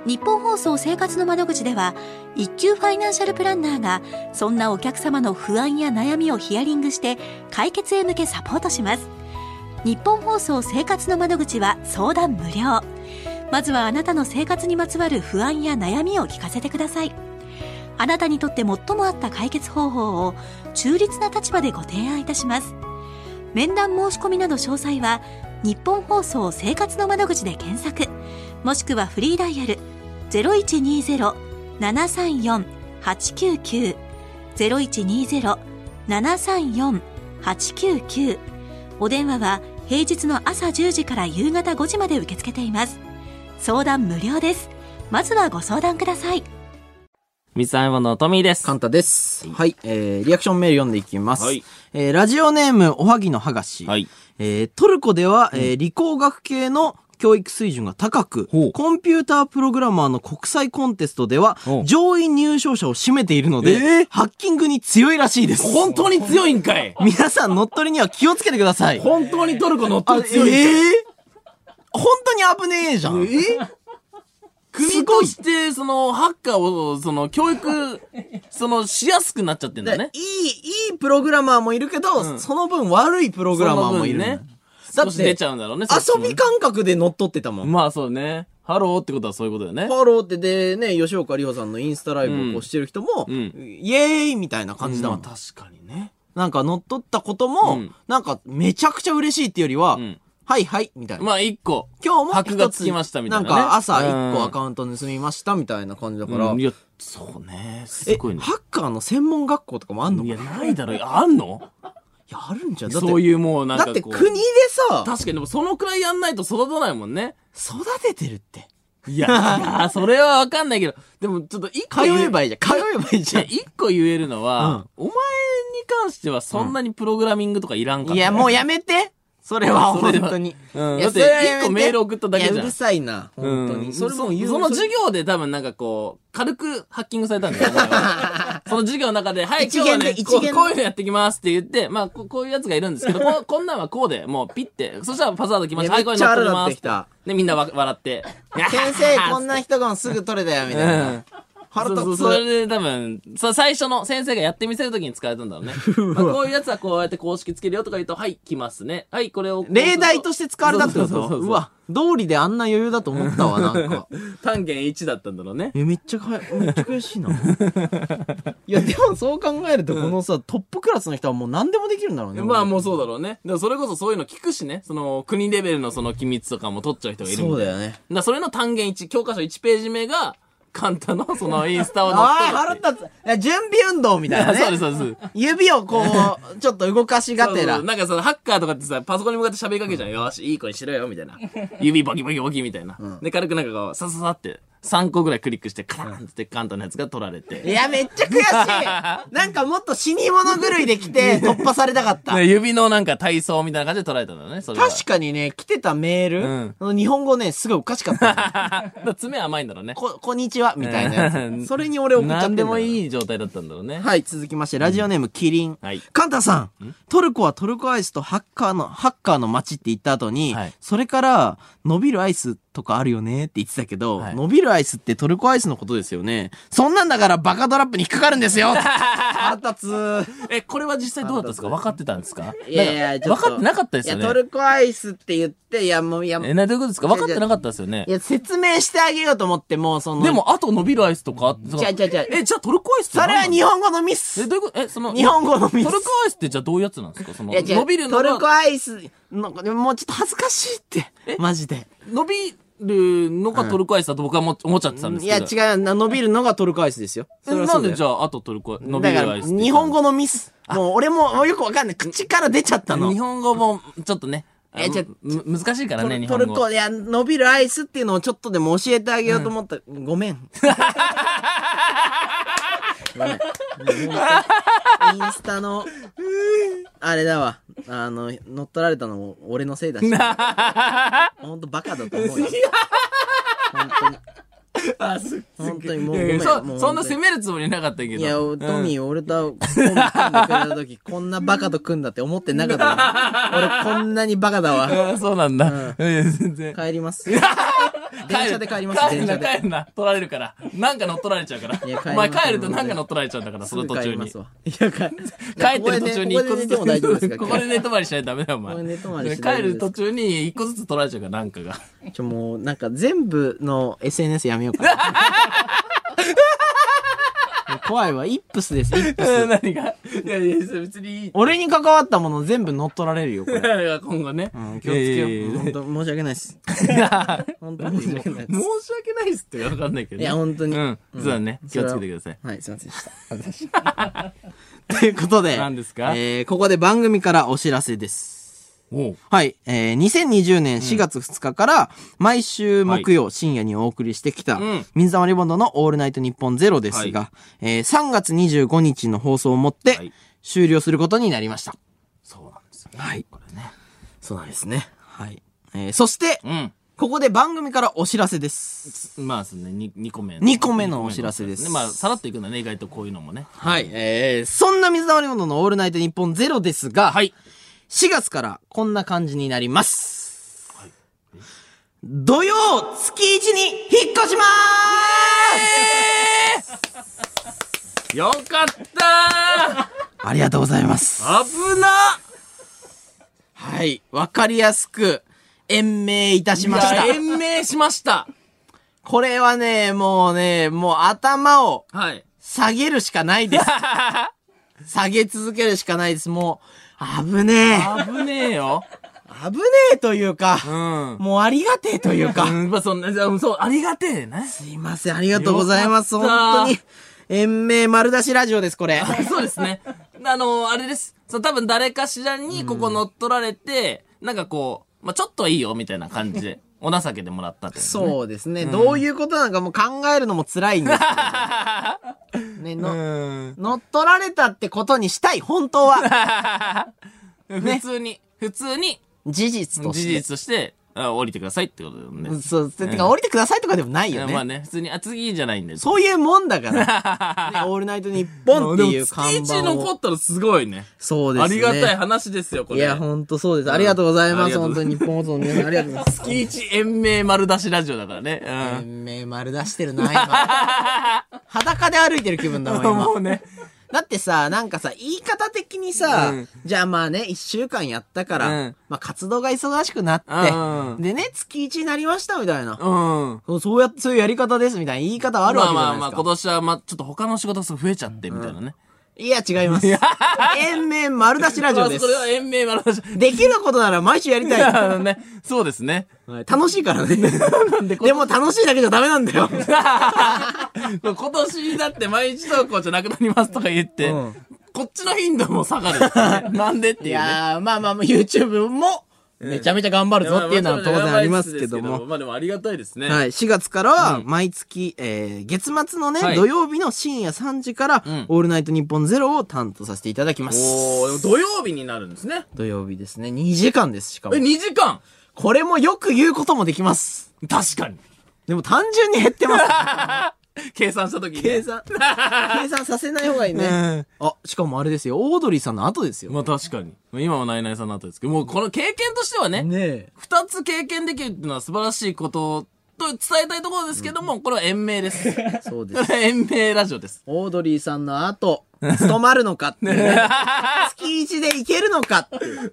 S4: 日本放送生活の窓口では、一級ファイナンシャルプランナーが、そんなお客様の不安や悩みをヒアリングして、解決へ向けサポートします。日本放送生活の窓口は相談無料。まずはあなたの生活にまつわる不安や悩みを聞かせてください。あなたにとって最も合った解決方法を中立な立場でご提案いたします面談申し込みなど詳細は日本放送生活の窓口で検索もしくはフリーダイヤル0120-734-899 0120-734-899お電話は平日の朝10時から夕方5時まで受け付けています相談無料ですまずはご相談ください
S1: 三つ編みのトミーです。
S2: カンタです。はい、えー、リアクションメール読んでいきます。
S1: はい
S2: えー、ラジオネーム、おはぎのはがし。
S1: はい。
S2: えー、トルコでは、えー、理工学系の教育水準が高く
S1: ほう、
S2: コンピュータープログラマーの国際コンテストでは
S1: ほ、う
S2: 上位入賞者を占めているので、ハッキングに強いらしいです。
S1: 本当に強いんかい
S2: 皆さん乗っ取りには気をつけてください。
S1: 本当にトルコ乗っ取
S2: あ
S1: り強いんかい
S2: えー本当に危ねえじゃん。
S1: 国として、その、ハッカーを、その、教 育、その、しやすくなっちゃってんだね。
S2: いい、いいプログラマーもいるけど、その分悪いプログラマーもいる。
S1: その分ね。
S2: だ
S1: 少
S2: っ
S1: し出
S2: て
S1: ち、ゃうんだろうね。そっ
S2: 遊
S1: ちもね
S2: び感覚で乗っ取ってたもん。
S1: まあそうね。ハローってことはそういうことだよね。
S2: ハローってでね、吉岡里帆さんのインスタライブをこうしてる人も、
S1: うんう
S2: イエーイみたいな感じだもん。
S1: まあ確かにね。
S2: なんか乗っ取ったこと
S1: う
S2: も、
S1: ん
S2: なんかめちゃくちゃ嬉しいっていうよりは、
S1: ん
S2: はいはい、みたいな。
S1: まあ一個。
S2: 今日も
S1: 箔が
S2: 一
S1: つきましたみたいなね
S2: なんか朝
S1: うん
S2: 一個アカウント盗みましたみたいな感じだから。
S1: うんいや、そうね。す
S2: え、
S1: ごいね。
S2: ハッカーの専門学校とかもあんの
S1: い
S2: かな
S1: や、
S2: い
S1: ないだろ。あんの
S2: や、あるんじゃん。だって、
S1: そういうもうなん
S2: だっ
S1: か
S2: て
S1: こう。
S2: 国でさ、
S1: 確かに、でもそのくらいやんないと育たないもんね。
S2: 育ててるって。
S1: いや、いやそれはわかんないけど、でもちょっと一個
S2: 通
S1: 言
S2: えばいいじゃん。通えばいいじ
S1: い
S2: ゃ
S1: や、
S2: ん。
S1: 一個言えるのは、お前に関してはそんなにプログラミングとかいらんから、
S2: いや、もうやめて。それは、
S1: それ
S2: 本
S1: は
S2: 当に。
S1: うん
S2: いや
S1: だって
S2: それはやめ
S1: 一個メール送っただけじゃん
S2: いやうるさいな。
S1: うん
S2: 本当に。
S1: それも
S2: 言う
S1: その授業で多分なんかこう、軽くハッキングされたん だよ、お前はその授業の中で、はい、
S2: 一
S1: 今日は
S2: 元で
S1: ね、こ
S2: 一元
S1: う
S2: で
S1: こういうのやってきますって言って、まあ、ここういうやつがいるんですけ ど、こうこんなんはこうで、もうピッて、そしたらパスワード来ました。
S2: い
S1: は
S2: や
S1: い、こ
S2: め
S1: れ
S2: っちゃ
S1: 乗っ取り
S2: 荒
S1: ま
S2: くなって
S1: す
S2: き。た
S1: で、みんなわ笑って。
S2: 先 生、こんな人がすぐ取れたよ、みたいな。腹
S1: そう
S2: 立
S1: そう
S2: つ。
S1: それで多分、さ最初の先生がやってみせるときに使われたんだろう ね。まあこういうやつはこうやって公式つけるよとか言うと、はい、来ますね。はい、これを。
S2: 例題として使われたって
S1: そう
S2: こ
S1: そうそう
S2: と
S1: そう
S2: うわ、道理であんな余裕だと思ったわ、なんか。
S1: 単元1だったんだろうね。
S2: え、めっちゃか、めっちゃ悔 しいな。いや、でもそう考えると、このさ、トップクラスの人はもう何でもできるんだろうね。
S1: まあもうそうだろうね。だからそれこそそういうの聞くしね。その国レベルのその機密とかも取っちゃう人がいるみたいな。
S2: そう
S1: だ
S2: だ
S1: か
S2: よね。
S1: らそれの単元1、教科書1ページ目が、カンタのそのインスタを
S2: おい、
S1: 載
S2: 腹
S1: っとるって
S2: 立つ。え準備運動みたいな
S1: そうで
S2: ね
S1: す、。そうです。
S2: 指をこう、ちょっと動かしがて
S1: そうそ
S2: ら
S1: う。なんかそのハッカーとかってさ、パソコンに向かって喋りかけるじゃん。よーし、いい子にしろよ、みたいな。 指バキバキバキみたいな。で、軽くなんかこう、さささって、3個ぐらいクリックして、カラーンってカンタのやつが取られ
S2: い
S1: て。
S2: や、めっちゃ悔し いなんかもっと死に物狂いで来 て突破されたかった。
S1: で指のなんか体操みたいな感じで取られたんだよね、それは。
S2: 確かにね、来てたメール、
S1: ん
S2: その日本語ね、すごいおかしかった。
S1: だ から爪甘いんだろうね。
S2: こ、こんにちは、みた いなや
S1: うん
S2: つ。それに俺送っちゃっ
S1: な
S2: て
S1: んでも
S2: い。
S1: いい状態だったんだろうね。
S2: はい、続きまして、ラジオネーム、キリン。
S1: はい
S2: カンタさん、トルコはトルコアイスとハッカーの、ハッカーの街って言った後に、
S1: はい
S2: それから、伸びるアイスとかあるよねって言ってたけど、
S1: はい
S2: 伸びるアイスってトルコアイスのことですよね。そんなんだからバカドラップに引っかかるんです よ腹立つ。
S1: え、これは実際どうだったんですか分かってたんですか
S2: いやいや、ち
S1: 分
S2: ょっと
S1: かってなかったですよ
S2: いや、ト
S1: ね。
S2: ルコアイスって言って、いや、もう、いや、
S1: え、
S2: い
S1: などういうことですか分かってなかったですよね。
S2: や、説明してあげようと思って、もう、その、
S1: で、も、あと伸びるアイスとかあって
S2: 違う違う違う
S1: え、じゃあトルコアイスって
S2: それ
S1: 何
S2: は
S1: なの
S2: 日本語のミ
S1: え、
S2: ス。
S1: どういうことえ、その、
S2: 日本語のミス
S1: トルコアイスってじゃあどういうやつなんですかその、
S2: いや、違う
S1: 伸びるの
S2: トルコ
S1: が、
S2: アイスの、でももうちょっと恥ずかしいって、マジで。
S1: 伸びるのがトルコアイスだと僕はも思っちゃってたんです
S2: い
S1: けど
S2: や、。違う、な伸びるのがトルコアイスですよ。
S1: えなんでじ
S2: ゃ
S1: ゃあ、あとトルコ、伸び
S2: だ
S1: る
S2: か
S1: ア
S2: ら、
S1: イスって
S2: 日本語のミス。もう、俺も、もうよくわかんない。口から出ちゃったの。
S1: 日本語も、ちょっとね、あ
S2: えじゃあ
S1: む難しいからね、日
S2: ト
S1: 本
S2: ル
S1: 語。
S2: コ、いや、伸びるアイスっていうのをちょっとでも教えてあげようと思った。ごめん。 ごめんインスタの、あれだわ。あの、乗っ取られたのも俺のせいだし。ほんとバカだと思うよ。本当に。本当にもうごめん。も
S1: そうそんな
S2: 本当
S1: 責
S2: に
S1: めるつもりなかったけど。
S2: いや、ト
S1: ー。
S2: ミー、俺とコンビ組んでくれた時、こんなバカと組んだって思ってなかった わ。俺こんなにバカだわ。
S1: あそうなんだ。え 全然。
S2: 帰ります。
S1: 帰
S2: 電
S1: る
S2: 車で帰ります、
S1: 帰る
S2: 電車
S1: な、
S2: で。
S1: 帰るな。取られるから。なんか乗っ取られちゃうから。
S2: いや帰り
S1: お
S2: ま
S1: 前
S2: す
S1: 帰るとなんか乗っ取られちゃうんだから、その途中に。
S2: す
S1: 帰
S2: ぐ帰りますわい
S1: っ
S2: や、
S1: てる途中に一個ずつ。
S2: ここでねここで寝ても大丈夫ですか
S1: ここで寝泊まりしないとダメだよ、お前。
S2: ここで寝泊まりしない
S1: 帰
S2: と
S1: る途中に一個ずつ取られちゃうから、なんか が。
S2: ちょ、もう、 なんか全部の SNS やめようかな。
S6: 怖いわ。イップスです、イップス。
S1: 何がいやいや、別にいい。
S6: 俺に関わったもの全部乗っ取られるよ、これ。
S1: 今後ね。
S6: うん、気をつけよう。
S1: いやいや
S2: 本当申し訳ないです。
S1: いや
S2: 本当申し訳ないで
S1: 申
S2: す。
S1: し訳ないっすってわかんないけど
S2: い
S1: ね。
S2: や、本当に。
S1: うん。そうだね。気をつけてください。
S2: はい、すいません でした。ということで、
S1: 何ですか
S2: えー、ここで番組からお知らせです。
S1: おう。
S2: はい、えー、2020年4月2日から、毎週木曜深夜にお送りしてきた
S1: うん、
S2: 水溜りボンドのオールナイトニッポンゼロですが、えー、3月25日の放送をもっ
S1: は
S2: て
S1: い、
S2: 終了することになりました。
S1: そうなんですよ。
S2: はい。
S1: これね。
S2: そうなんですね。はい。えー、そして、
S1: うん。
S2: ここで番組からお知らせです。
S1: まあ、そのね、に二個目の。
S2: 二個目のお知らせです
S1: ねまあ、さらっといくんだね、意外とこういうのもね。
S2: はい。えー、そんな水溜りボンドのオールナイトニッポンゼロですが、
S1: はい。
S2: 4月からこんな感じになります。土曜月1に引っ越しまーす
S1: よかった
S2: ありがとうございます。
S1: ー危な
S2: はい。わかりやすく、延命いたしまし
S1: いや
S2: た。
S1: 延命しました
S2: これはね、もうね、もう頭を
S1: はい。
S2: 下げるしかない です。下げ続けるしかないです。もう、危ねえ。
S1: 危ねえよ。
S2: 危ねえというか、
S1: うん。
S2: もうありがてえというか。
S1: うん、まあ、そんな、うんそう、ありがてえね。
S2: すいません、ありがとうございます。
S1: よかった
S2: 本当に。延命丸出しラジオです、こ れ。
S1: そうですね。あのあれです。そう、多分誰かしらにここ乗っ取られて、なんかこう、まあ、ちょっとはいいよ、みたいな感じ で、お情けでもらったって、ね。う。
S2: そうですね、どういうことなのかもう考えるのも辛いんです けど。ね、の、
S1: うん。
S2: 乗っ取られたってことにしたい、本当 は。
S1: 普通に、普通に、
S2: 事実
S1: 事
S2: として。
S1: 実として、あ降りてくださいってことだよね。
S2: うんそう、てか降りてくださいとかでもない
S1: いや
S2: よね。
S1: まあね、普通に、あ、次じゃないんだよ。
S2: そういうもんだ から。ね、オールナイトニッポンっていう看板
S1: でも月一残
S2: を。
S1: ったらすごいね。
S2: そうです
S1: あ
S2: ね。
S1: りがたい話ですよ、こ
S2: い
S1: れ。
S2: や、ほんとそうです。ありがとうございま
S1: あり
S2: す。
S1: がとう
S2: 本
S1: ござ
S2: 当
S1: い
S2: に日本放送の皆さん、ありがとうございます。
S1: 月一延命丸出しラジオだからね。うん。
S2: 延命丸出してるな、今。裸で歩いてる気分だもん、 今。
S1: うね。
S2: だってさ、なんかさ、言い方的にさ、
S1: うん
S2: じゃあまあね、一週間やったから、
S1: うん
S2: まあ活動が忙しくな
S1: う
S2: って、
S1: ん
S2: でね、月一になりましたみたいな。
S1: うん。
S2: そうそうやって、そういうやり方ですみたいな言い方あるわけじゃ
S1: ま
S2: な
S1: あ
S2: い
S1: まあ
S2: です
S1: ま
S2: か。
S1: あ、今年は、まあ、ちょっと他の仕事がすごい増えちゃって、みたいなね。
S2: いや、違います。延命丸出しラジオ
S1: まあ
S2: です
S1: そ。れは延命丸出し。
S2: できることなら毎週やりたい。
S1: あのね、そうですね。
S2: 楽しいからね。でも楽しいだけじゃダメなんだよ。
S1: 今年だって毎日投稿じゃなくなりますとか言って、こっちの頻度も下がるよね、 なんでっていう、
S2: い
S1: ね。
S2: やー、まあまあ、YouTube も、めちゃめちゃ頑張るぞっていうのは当然ありますけども。
S1: まあでもありがたいですね。。
S2: はいい、4月からは毎月、えー、月末のね、
S1: はい
S2: 土曜日の深夜3時から、
S1: ん
S2: オールナイトニッポンゼロを担当させていただきます。
S1: おーでも土曜日になるんですね。
S2: 土曜日ですね。2時間です、しかも
S1: え、。2時間
S2: これもよく言うこともできます。
S1: 確かに。
S2: でも単純に減って ます。
S1: 計算した時に、
S2: 計算、計算させない方がいいね。あ、しかもあれですよ、オードリーさんの後ですよ。
S1: まあ確かに。今はナイナイさんの後ですけど、もうこの経験としてはね、
S2: ねえ。
S1: 二つ経験できるっていうのは素晴らしいことと伝えたいところですけども、これは延命です。
S2: そうです。
S1: 延命ラジオです。
S2: オードリーさんの後、務まるのかっていうね。月一でいけるのかっていう。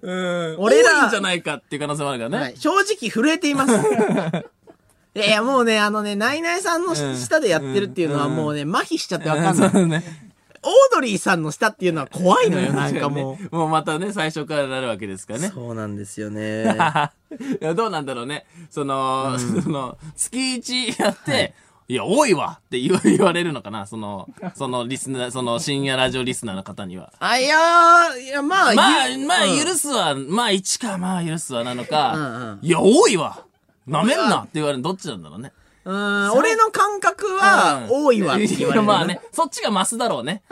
S2: 俺
S1: 俺
S2: ら
S1: ら多いんじゃないかっていう可能性もあるからね。
S2: はい、正直震えて います。いやいや、もうね、あのね、ナイナイさんのし下でやってるっていうのはもうね、麻痺しちゃってわかんない。オー
S1: そうね。
S2: ドリーさんの下っていうのは怖いのよ、なんかもう。
S1: う。もうまたね、最初からなるわけですからね。
S2: そうなんですよね。あ
S1: い やどうなんだろうね。その、その、月一やって、い、や、多いわって言わ言われるのかなその、そのリスナー、その深夜ラジオリスナーの方には。
S2: いやー、いや、まあ、
S1: まあ
S2: ゆ、
S1: まあ、
S2: うん
S1: 許すわ、まあ、1か、まあ、許すわなのか、
S2: うんうん
S1: いや、多いわなめんなって言われるのどっちなんだろうね。
S2: うん、俺の感覚は、多いわって言われる。
S1: いやまあね、そっちがマスだろうね。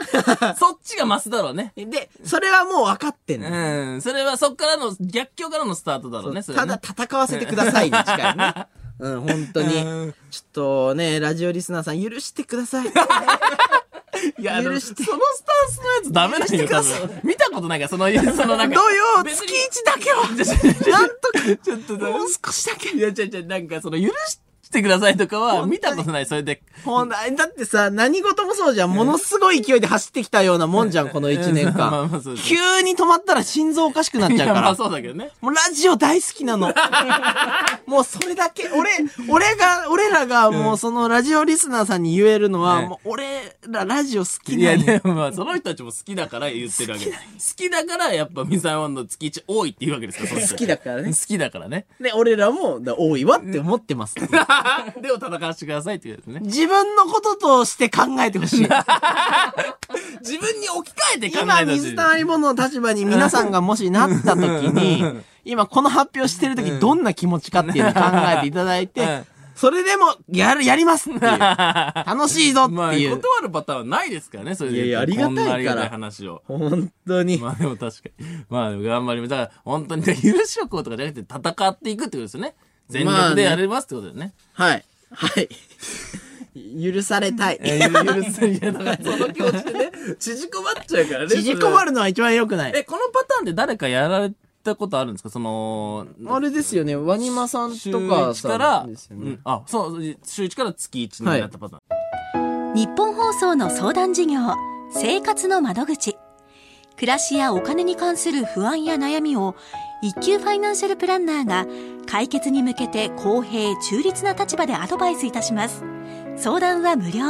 S1: そっちがマスだろうね。
S2: で、それはもう分かってん
S1: う
S2: の。
S1: ん。それはそっからの、逆境からのスタートだろうね、それ
S2: た
S1: は
S2: だ
S1: ね。
S2: 戦わせてくださいに近い ね。うん、本当に。ちょっとね、ラジオリスナーさん許してください。
S1: いや、あの
S2: 許
S1: そ
S2: して
S1: のスタンスのやつダメだよ、多分。見たことないから、その、そのなん
S2: 土
S1: か。
S2: 曜
S1: 別
S2: 月
S1: に
S2: 一だけは、なんとか、
S1: ちょっと、
S2: もう少しだけ。
S1: いや、ちょいちょい、なんかその、許し来てくださいとかは、見たことない、それで。
S2: ほんだだってさ、何事もそうじゃん。ものすごい勢いで走ってきたようなもんじゃん、この1年
S1: まあま
S2: 間
S1: あそう。です
S2: 急に止まったら心臓おかしくなっ
S1: い
S2: ちゃう
S1: や、
S2: か
S1: まあ
S2: ら。
S1: そうだけどね。
S2: もうラジオ大好き なの。もうそれだけ、俺、俺が、俺らがもうそのラジオリスナーさんに言えるのは、
S1: うん
S2: もう俺らラジオ好き
S1: い
S2: な
S1: や、
S2: の。
S1: でもまあ、その人たちも好きだから言ってるわけ。好きだから、やっぱ、ミサイワンの月一多いっていうわけですから、その人
S2: 好きだからね
S1: 好きだから ね。
S2: で、俺らもだ多いわって思ってます。
S1: でも戦わせてくださいっていうことですね。
S2: 自分のこととして考えてほしい。
S1: 自分に置き換えて考
S2: 今、
S1: えてほし
S2: 水
S1: い。
S2: 溜りボンドの立場に皆さんがもしなった時に、今この発表してる時どんな気持ちかっていうのを考えていただいて、それでも、やる、やりますっていう。楽しいぞって
S1: まあ、
S2: い
S1: 断
S2: う。
S1: るパターンはないですからね、それで言うと。
S2: いやいやありがた
S1: こん
S2: いから
S1: なありがたい話を。
S2: 本当に。
S1: まあでも確かに。まあでも頑張ります。だから本当に、だから優勝校とかじゃなくて戦っていくってことですよね。全力でやれますってことだよね。
S2: はい。はい。許 されたい。
S1: えー 許せいや、だからその気持ちでね、縮こまっちゃうからね。
S2: 縮こま
S1: る。
S2: るのは一番良くない。
S1: え、このパターンで誰かやられたことあるんですかその、
S2: あれですよね、ワニマさん
S1: 週
S2: とか
S1: 1
S2: さ、
S1: から、
S2: ですよ
S1: う
S2: ね
S1: ん、あ、そう、週1から月1になったパターン。
S4: 日本放送の相談事業生活の窓口暮らしやお金に関する不安や悩みを一級ファイナンシャルプランナーが解決に向けて公平中立な立場でアドバイスいたします相談は無料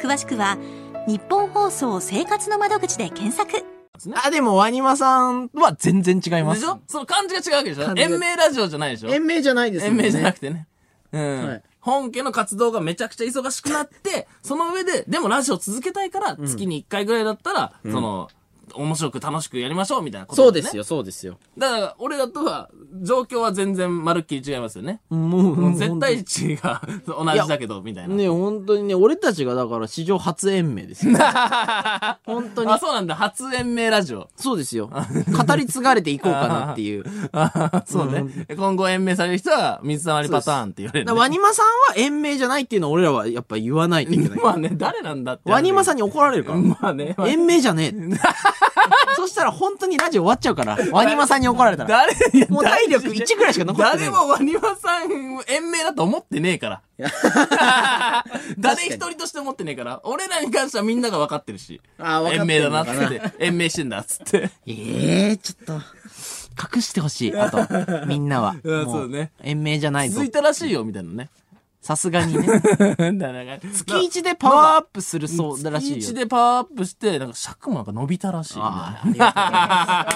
S4: 詳しくは日本放送生活の窓口で検索
S2: あ、でもワニマさんは全然違いま
S1: ですし。ょその感じが違うわけでしょ
S2: 感じが
S1: 延命ラジオじゃないでしょ
S2: 延命じゃないですよ
S1: 延
S2: ね
S1: 命じゃなくてね。うん、
S2: はい
S1: 本家の活動がめちゃくちゃ忙しくな って、その上で、でもラジオ続けたいから、月に1回ぐらいだったら、その、面白く楽しくやりましょうみたいなこと、ね。
S2: そうですよ、そうですよ。
S1: だから、俺らとは、状況は全然まるっきり違いますよね。
S2: も
S1: もう絶対値が同じだけど、みたいな。
S2: ね本当にね、俺たちがだから史上初延命 ですよ。本当に
S1: あ、。そうなんだ。初延命ラジオ。
S2: そうですよ。語り継がれていこうかなっていう。
S1: あ そうね。今後延命される人は、水溜りパターンって言われる、。
S2: だからワニマさんは延命じゃないっていうのを俺らはやっぱ言わないといけない
S1: まあね、誰なんだって。
S2: ワニマさ
S1: ん
S2: んに怒られるから。
S1: まあね。まあ
S2: 延命じゃねえ。 そしたら本当にラジオ終わっちゃうから。ワニマさんに怒られたら。
S1: 誰いや
S2: もう体力1くらいしか残ってない。
S1: 誰もワニマさん延命だと思ってねえから。 誰一人として思ってねえから。俺らに関してはみんなが分かってるし。
S2: あー分
S1: 延
S2: かって
S1: 命
S2: ん
S1: だ
S2: の
S1: な
S2: か
S1: っ
S2: な
S1: つって。延命してんだっつって。
S2: ええちょっと。隠してほしい。あと、みんなは。
S1: うん
S2: も
S1: そうね
S2: 延命じゃないぞ
S1: 続。いたらしいよ、みたいなね。
S2: さすが にね。
S1: 月
S2: 月一でパワーアップするそうらしいよ。
S1: でパワーアップして、なんか尺もなんか伸びたらしいみたいな。
S2: あ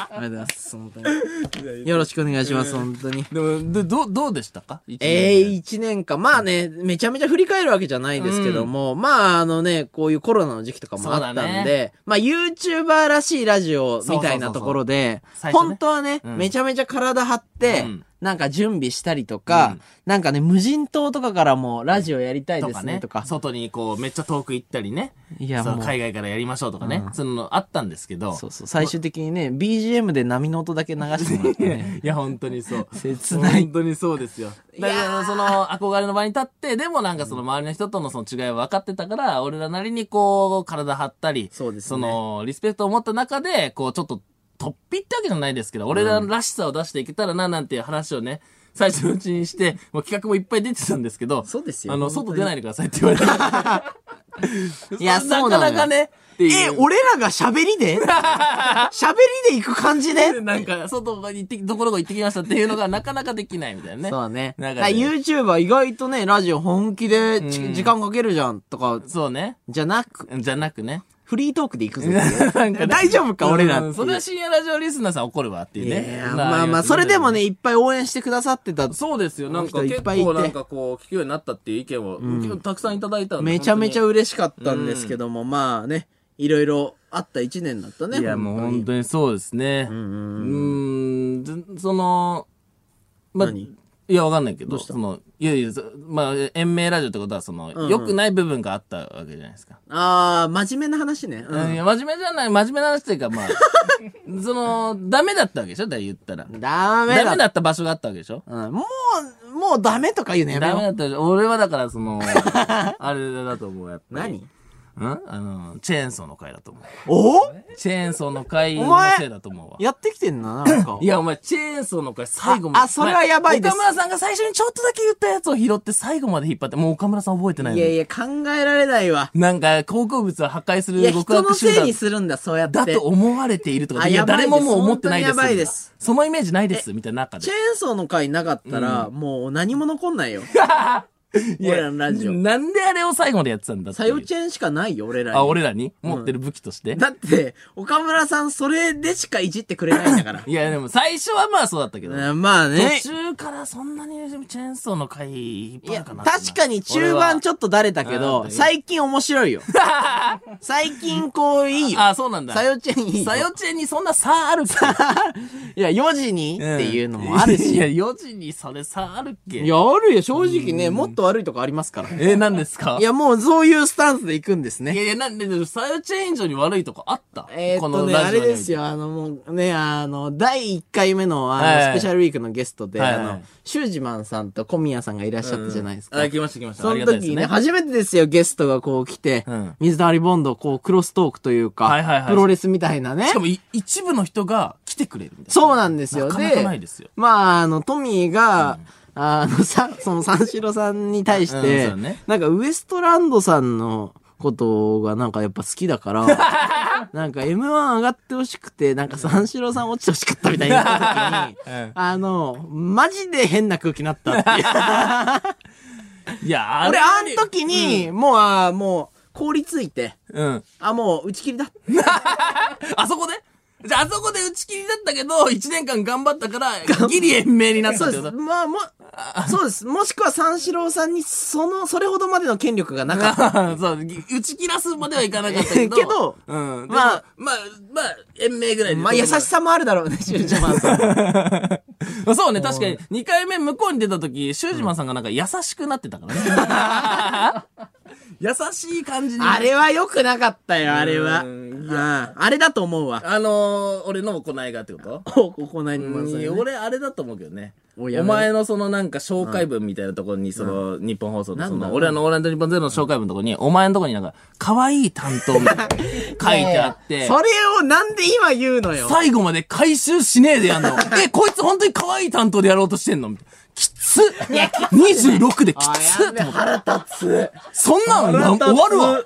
S2: あ、ありがとうございます。ありがとうございます。本当に。よろしくお願いします、本当に。
S1: でも、で、どう、どうでしたか
S2: ええ
S1: い
S2: 一年間。まあね、めちゃめちゃ振り返るわけじゃないですけども、まああのね、こういうコロナの時期とかもあったんで、
S1: そうだ
S2: まあ YouTuber らしいラジオみたいなところで、
S1: そうそうそうそう
S2: 本当はね、
S1: うん
S2: めちゃめちゃ体張って、
S1: うん
S2: なんか準備したりとか、
S1: うん
S2: なんかね、無人島とかからもラジオやりたい
S1: と
S2: で
S1: か
S2: すね
S1: ね
S2: とか。。
S1: 外にこう、めっちゃ遠く行ったりね。
S2: いや
S1: そう
S2: もう
S1: 海外からやりましょうとかね。そういうのあったんですけど。
S2: そうそう。最終的にね、BGM で波の音だけ流してもらって ね。
S1: いや、本当にそう。
S2: 切ない
S1: 本当にそうですよ。だから、その、憧れの場に立って、でもなんかその周りの人とのその違いは分かってたから、俺らなりにこう、体張ったり、
S2: そうですね
S1: その、リスペクトを持った中で、こう、ちょっと、突飛ってわけじゃないですけど、俺ららしさを出していけたらな、なんていう話をね、最初のうちにして、もう企画もいっぱい出てたんですけど、
S2: そうですよ
S1: あの、外出ないでくださいって言われた。
S2: いやそうなのよ
S1: なかなかね、って
S2: え、
S1: いう
S2: 俺らが喋り で喋りで行く感じで
S1: なんか、外に行って、どこどこ行ってきましたっていうのがなかなかできないみたいなね。
S2: そうね。
S1: な
S2: だ
S1: ん
S2: か
S1: からね
S2: YouTuber 意外とね、ラジオ本気でち時間かけるじゃんとか、
S1: そうね。
S2: じゃなく、
S1: じゃなく ね。
S2: フリートークで行くぞっていう大丈夫か、俺らって
S1: う
S2: い
S1: ん
S2: う。
S1: それは深夜ラジオリスナーさん怒るわっていう
S2: いや
S1: ね。
S2: ー
S1: ん
S2: まあまあ、それでも。ね、いっぱい応援してくださってた。
S1: そうですよ。なんか
S2: 人い
S1: 結
S2: っぱいいて
S1: 構なんかこう、聞くようになったっていう意見を、結構たくさんいただいたんで。
S2: めちゃめちゃ
S1: 本
S2: 嬉しかったんですけども、まあね、いろいろあった一年だった
S1: 当
S2: ね。
S1: にいや、もう
S2: 本当に
S1: 本当にそうですね。うーん、その、まあ、い
S2: 何
S1: や、わかんないけど、その、いやいや、そまあ、延命ラジオってことは、その、良くない部分があったわけじゃないですか。
S2: あー、真面目な話ね。う
S1: い
S2: ん
S1: や、真面目じゃない、真面目な話っていうか、 まあ、その、ダメだったわけでしょだから言ったら。
S2: ダメ
S1: ダ
S2: だ
S1: メだった場所があったわけでしょ
S2: うんもう、もうダメとか言うのやめ
S1: ダ
S2: よ
S1: メだ
S2: う。
S1: ったでしょ俺はだからその、あれだと思う、やっぱり。
S2: 何
S1: うんあの、チェーンソーの回だと思う。
S2: お
S1: チェーンソーの回
S2: お
S1: の
S2: 前
S1: せいだと思うわ。
S2: やってきてんな、なんか。
S1: いや、お前、チェーンソーの回最後まで。
S2: ああそれはやばいです
S1: お前岡村さんが最初にちょっとだけ言ったやつを拾って最後まで引っ張って、もう岡村さん覚えてないの
S7: いやいや、考えられないわ。
S1: なんか、鉱鉱物を破壊す
S7: いや、
S1: る極
S7: 人
S1: 悪
S7: の
S1: 集
S7: せい
S1: 団
S7: にするんだ、そうやって。
S1: だと思われているとか、
S7: あ
S1: いや、
S7: やばいで
S1: 誰
S7: す
S1: ももう思ってないです。
S7: 本当にやばいです
S1: そのイメージないです、みたいな中で
S7: チェ。ーンソーの回なかったら、もう何も残んない よ。俺らのラジオ。
S1: なんであれを最後までやってたんだって
S7: さ
S1: いう
S7: よチェーンしかないよ、俺らに。
S1: あ、俺らに持ってる武器として。
S7: だって、岡村さんそれでしかいじってくれないんだから。
S1: いや、でも最初はまあそうだったけど。
S7: ねまあね
S1: 途。中からそんなにチェーンソーの回引っ
S2: い
S1: 張
S2: や
S1: るかな
S2: 確かに中盤ち
S1: ょっ
S2: ょっとだれたけ
S1: う
S2: ど、
S1: ん
S2: 最近面白 いよ。最近こういいよ。
S1: あ、そうなんだ。
S2: さよちゃんいい よ。
S1: さよチェーンにそんな差あるか
S2: いや、4時にっていうのもあるし。
S1: いや、4時にそれ差あるっけ
S2: いや、あるよ。正直ね、もっと悪いとこありますから。い
S1: え、何ですか
S2: や、もうそういうスタンスで行くんです
S1: い
S2: ね。
S1: やいや、なんで、でもさよチェーン以上に悪いとこあった
S2: えー、
S1: こ
S2: っ
S1: の
S2: とね、
S1: ラ
S2: あ
S1: ジオ
S2: れ
S1: において
S2: ですよ、あの、もうね、あの、第1回目の、あの、
S1: はい
S2: スペシャルウィークのゲストで、
S1: はい
S2: あの、シュージマンさんと小宮さんがいらっしゃったじゃないですか。
S1: あ、来ました来ました。
S2: そ
S1: あり
S2: の
S1: がたいで
S2: 時
S1: す
S2: ね
S1: ね。
S2: 初めてですよ、ゲストがこう来て、
S1: うん
S2: 水溜りボンドをこう、クロストークというか、
S1: はいはいはい
S2: プロレスみたいなね。
S1: しかもい、一部の人が来てくれるみたいな。
S2: そうなんですよ。
S1: なかなかないですよ。
S2: まあ、あの、トミーが、あの、さ、その三四郎さんに対し
S1: うんそう
S2: て、
S1: だね
S2: なんかウエストランドさんのことがなんかやっぱ好きだから、 なんか M1 上がってほしくて、なんか三四郎さん落ちてほしかったみたいな 言った時に、あの、マジで変な空気になったっていう。
S1: いや、あれ
S2: 俺、あの時に、もう、あーもう、凍りついて、
S1: うん。
S2: あ、もう打ち切りだ。
S1: あそこでじゃあ、あそこで打ち切りだったけど、一年間頑張ったから、ギリ延命になった
S2: そ
S1: っ
S2: う
S1: て
S2: で
S1: こ
S2: す。
S1: と
S2: まあ、も、 そうです。もしくは三四郎さんに、その、それほどまでの権力がなかった。
S1: そう、ぎ打ち切らすまではいかなか ったけど。
S2: けど
S1: うん。ま
S2: ま
S1: あ
S2: あ、
S1: まあ、まあ、延命ぐらいで。
S2: まあ、優しさもあるだろうね、シュージマンさんも。
S1: そうね、確かに、2回目向こうに出た時、シュージマンさんがなんか優しくなってたから ね。優しい感じに。
S2: あれは良くなかったよ、あれは。
S1: う
S2: うんあれだと思うわ。
S1: あのー、俺の行いがってこと
S2: お、ここなにもさ、
S1: うん
S2: ね。
S1: 俺あれだと思うけどね。お
S2: おやめろ
S1: 前のそのなんか紹介文みたいなところに、その、日本放送のその、俺らのオールナイトニッポンゼロの紹介文のところに、お前のところになんか、可愛い担当みたい な書いてあって、
S2: それをなんで今言うのよ。
S1: 最後まで回収しねえで やんの。え、こいつ本当に可愛い担当でやろうとしてんのみたいな。きつっ !26 でき
S2: あ
S1: つっ
S2: やべ腹立つ。
S1: そんなのな
S2: 腹
S1: 終
S2: 立つ
S1: わるわ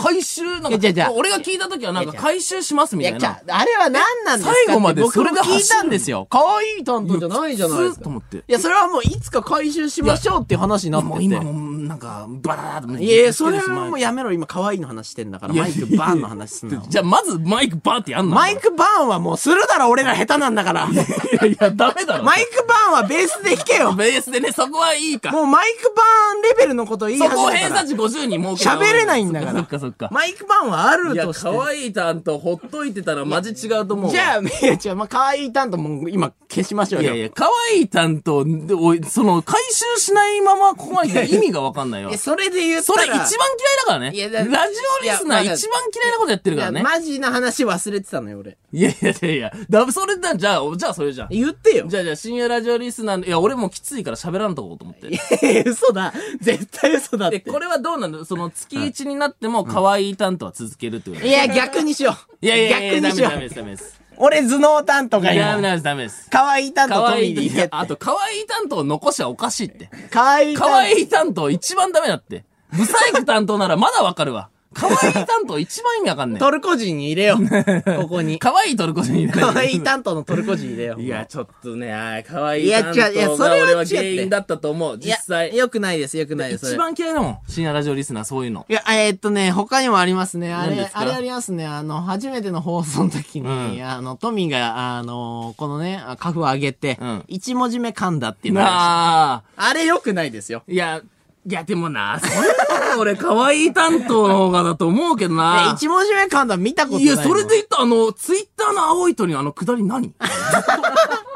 S1: 回収なん
S2: いやじ
S1: か
S2: ゃあじゃあ
S1: 俺が聞いた時はなんか回収しますみ
S2: い
S1: た
S2: や、
S1: い
S2: じゃ
S1: な。
S2: あ、あれは何なんですかって
S1: 最後までそれで
S2: 僕も聞い
S1: 走る
S2: たんですよ。可愛い担当じゃないじゃないで
S1: きつ
S2: す
S1: っと
S2: か。
S1: 思って。
S2: いや、それはもういつか回収しましょうっていう話になって
S1: もう
S2: て。
S1: 今もうなんか、バラーっと。
S2: いやいや、それはもうやめろ。今、可愛いの話してんだから、
S1: いや
S2: マイクバーンの話すんな。
S1: じゃあ、まずマイクバーってやんの
S2: マイクバーンはもうするだろ、俺ら下手なんだから。
S1: いやいや、ダメだろ。
S2: マイクバーンはベースで弾けよ。
S1: ベースでね、そこはいいか。
S2: もうマイクバーンレベルのこと言い
S1: そ
S2: 始
S1: こを
S2: め
S1: 偏
S2: た
S1: 差
S2: ら
S1: 値50に儲けた
S2: 喋れないんだから
S1: そっかそっか。
S2: マイクバーンはある
S1: いや、
S2: として。
S1: 可愛い担当ほっといてたらマジ違うと思うわ。
S2: じゃあ、いや、違う、まあ、可愛い担当もう今消しましょう
S1: い
S2: よ。
S1: やいや、可愛い担当、でおいその、回収しないままここまで来た意味がわかんないわ
S2: いや。それで言った
S1: そ
S2: ら。
S1: れ一番嫌いだからね。
S2: いや
S1: ラ
S2: だ
S1: ジオリスナー
S2: いやまあ
S1: 一番嫌いなことやってるからね
S2: いや。マジな話忘れてたのよ、俺。
S1: いやいやいやいや、だぶそれだ、じゃあ、じゃあそれじゃん。
S2: 言ってよ。
S1: じゃあじゃあ、深夜ラジオリスナーの、いや、俺もうきついから喋らんとこうと思って。
S2: え嘘だ。絶対嘘だっ
S1: で、
S2: て。
S1: これはどうなのその月1になっても可愛い担当は続けるってこと
S2: いや、逆にしよう。
S1: いやいやいや、
S2: 逆にしよ
S1: ダメで
S2: う。
S1: す、ダメです。
S2: 俺、頭脳担当
S1: ダ
S2: が
S1: メです、ダ
S2: 今。
S1: メですダメです。
S2: 可愛い担
S1: 可
S2: 当トミ
S1: 愛
S2: ーで
S1: い
S2: いけって。
S1: あと、可愛い担当を残しはおかしいって。
S2: 可愛い担当。
S1: 可愛い担当一番ダメだって。ブサイク担当ならまだわかるわ。可愛い担当一番意味わかんね
S2: トルコ人に入れよう。ここ
S1: え。
S2: に。
S1: 可愛いトルコ人になる
S2: 可愛い担当のトルコ人入れよう。
S1: いや、ちょっとね、あー可愛い
S2: いや
S1: 担当
S2: 違ういやそ
S1: が
S2: れは違って
S1: 俺は原因だったと思う、
S2: い
S1: 実
S2: や
S1: 際。
S2: よくないです、よくないです。それ
S1: 一番嫌いだもん。深夜ラジオリスナー、そういうの。
S2: いや、えーっとね、他にもありますね。あ
S1: 何で
S2: れ
S1: す、か
S2: あれありますね。あの、初めての放送の時に、
S1: う
S2: あの、トミーが、あの、このね、カフを上げて
S1: うん、
S2: 一、文字目噛んだっていうのが
S1: な
S2: あ
S1: あ。
S2: りましたあれ良くないですよ。
S1: いや、いや、でもな、そんな の俺、可愛い担当の方がだと思うけどな。
S2: 一文字目噛んだ見たことないいもん。
S1: や、それで言った、あの、ツイッターの青い鳥のあの、下り何ずっと、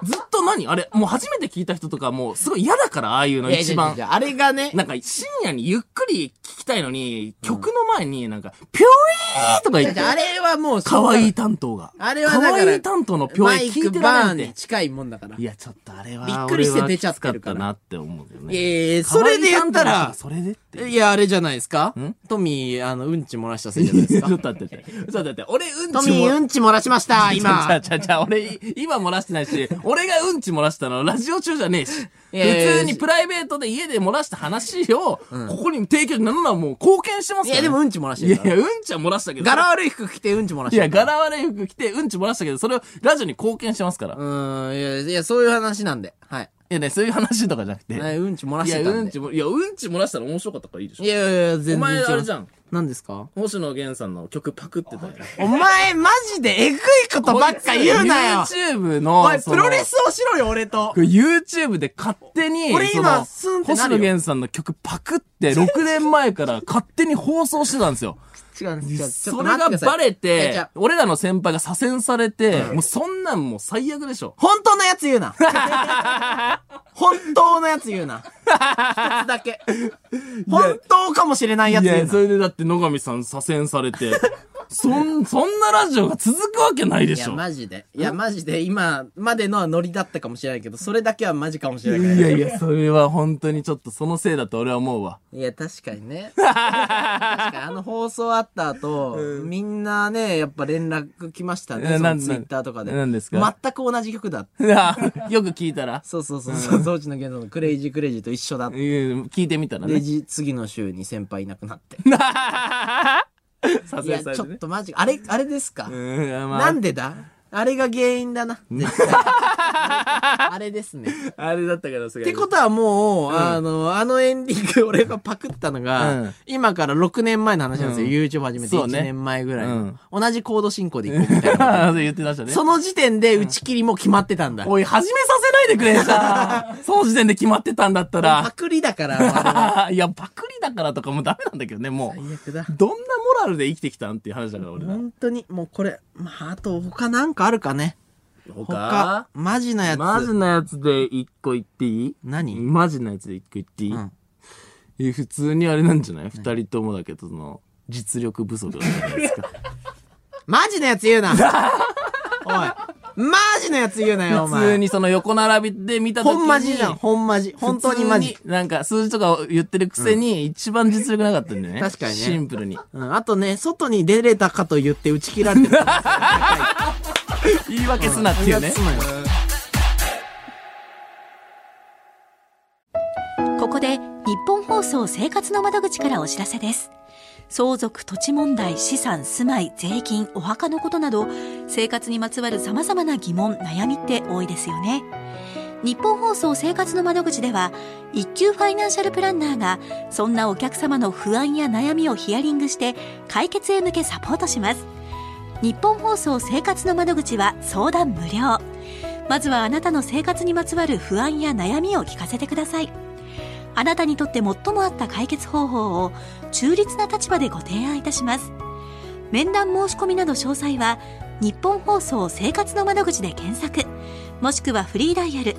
S1: ずっと当何あれ、もう初めて聞いた人とかもうすごい嫌だから、ああいうの
S2: いや
S1: 一番
S2: いやい。やあれがね、
S1: なんか深夜にゆっくり聞きたいのに、曲の前になんか、ぴょえーとか言って、
S2: あれはもう、
S1: 可愛い担当が。
S2: あれはだから
S1: 可愛い担当のぴょ
S2: マ
S1: え
S2: イ
S1: 聞
S2: ク
S1: いてら
S2: バー
S1: れん
S2: ン
S1: て
S2: に。近いもんだから。
S1: いや、ちょっとあれは。
S2: びっくりして出ちゃってるから
S1: 俺はきつかったなって思うけどね。
S2: えー、それで言ったら、
S1: それでって。
S2: いや、あれじゃないですか
S1: ん
S2: トミー、あの、うんち漏らしたせいじゃないで す
S1: ちょ
S2: か
S1: っ。と待ってて。ちょっと待って。俺、うんちも。
S2: トミー、うんち漏らしまし た、今。
S1: じゃじゃじゃ俺、今漏らしてないし、俺がうんち漏らしたのはラジオ中じゃねえし。
S2: いやいやいや
S1: 普通にプライベートで家で漏らした話を、ここに提供、なんならもう貢献してます
S2: い
S1: から、
S2: や、
S1: ね。
S2: でもうんち漏らし
S1: い
S2: て
S1: や
S2: る
S1: い
S2: から。
S1: や、うんちは漏らしたけど。
S2: 柄悪い服着てうんち漏らし
S1: い
S2: て
S1: や、
S2: るから。
S1: 柄悪い服着て、うんち漏らしたけど、それをラジオに貢献してますから。い
S2: いや、うん、いや、いや、そういう話なんで。はい。
S1: やね、そういう話とかじゃなくて。
S2: はいうんち漏ら
S1: い
S2: して
S1: や、
S2: たんで。
S1: うんちも、いや、うんち漏らしたら面白かったからいいでしょ
S2: い。やいやいや、全然
S1: お
S2: 違う。
S1: 前、あれじゃん。
S2: 何ですか
S1: 星野源さんの曲パクってたよ。
S2: お前、マジでえぐいことばっか言うなよ
S1: !YouTube の、
S2: お前、
S1: そ
S2: プ
S1: の
S2: ロレスをしろよ、俺と
S1: こ。れ YouTube で勝手に、
S2: 俺今
S1: その
S2: スンってな
S1: 星
S2: るよ
S1: 野源さんの曲パクって、6年前から勝手に放送してたんですよ。
S2: 違うんです、違うんです。ちょっ
S1: そ
S2: と
S1: れ
S2: 待っ
S1: が
S2: てくださ
S1: バ
S2: い
S1: レ
S2: いや
S1: て
S2: じゃあ、
S1: 俺らの先輩が左遷されて、もうそんなんもう最悪でしょ。
S2: 本当のやつ言うな。本当のやつ言うな。一つだけ。本当かもしれないや
S1: い
S2: つ言う
S1: や、そ
S2: な。
S1: れでだって野上さん左遷されて、そん、そんなラジオが続くわけないで
S2: い
S1: し
S2: や、
S1: ょ。
S2: マジで。いや、マジで、今までのはノリだったかもしれないけど、それだけはマジかもしれない
S1: い
S2: から。
S1: やいや、それは本当にちょっとそのせいだと俺は思うわ。
S2: いや、確かにね。確かにあの放送あった後、みんなね、やっぱ連絡来ましたね。
S1: え
S2: そ
S1: な
S2: の
S1: ん
S2: ツイッターとかで。
S1: なんですか
S2: 全く同じ曲だ。
S1: いやよく聞いたら、
S2: そうそうそうそう。当時のゲノのクレイジークレイジーと一緒だ
S1: うん。聞いてみたら
S2: で、
S1: ね。
S2: じ次の週に先輩いなくなって。
S1: 左遷され
S2: いや、ち
S1: て
S2: ょっ
S1: ね。
S2: とマジ、あれ、あれですか、
S1: うん、まあ
S2: なんでだあれが原因だな。絶 対あれあれですね。っ
S1: あれだったから、それ。
S2: てことはもう、あの、あのエンディング俺がパクったのが、
S1: うん
S2: 今から6年前の話なんですよ。
S1: うん
S2: YouTube 始めて
S1: そ
S2: 1
S1: うね
S2: 年前ぐらいの、
S1: うん
S2: 同じコード進行でいこうみた いな。
S1: 言ってましたね。
S2: その時点で打ち切りもう決まってたん だ。
S1: おい、始めさせないでくれじゃ ん。その時点で決まってたんだった
S2: パ
S1: ら。
S2: クリだから、もうあ れ
S1: いや、パクリだからとかもうダメなんだけどね、も
S2: 最悪だ
S1: う。。どんなモラルで生きてきたんっていう話だから、俺ら。
S2: 本当に、もうこれ、まあ、あと他なんかあるかね。他、マジなやつ。
S1: マジなやつで一個言っていい
S2: 何
S1: マジなやつで一個言っていい、
S2: うん
S1: え普通にあれなんじゃない二人ともだけど、その、実力不足だったじゃない ですか。
S2: マジのやつ言 うなおいマジのやつ言うなよ、お
S1: 普
S2: 前。
S1: 通にその横並びで見た時に。
S2: ほんまじじゃん、ほんまじ。本当にマ
S1: 普。
S2: ジ
S1: 通になんか数字とかを言ってるくせに、一番実力なかったんだよね。
S2: 確かにね
S1: シンプルに。
S2: うん、あとね、外に出れたかと言って打ち切られてる。
S1: 言い訳すなっていうね。
S4: ここで日本放送生活の窓口からお知らせです。相続、土地問題、資産、住まい、税金、お墓のことなど、生活にまつわる様々な疑問、悩みって多いですよね。日本放送生活の窓口では、一級ファイナンシャルプランナーが、そんなお客様の不安や悩みをヒアリングして、解決へ向けサポートします。日本放送生活の窓口は相談無料。まずはあなたの生活にまつわる不安や悩みを聞かせてください。あなたにとって最も合った解決方法を中立な立場でご提案いたします。面談申し込みなど詳細は、日本放送生活の窓口で検索、もしくはフリーダイヤル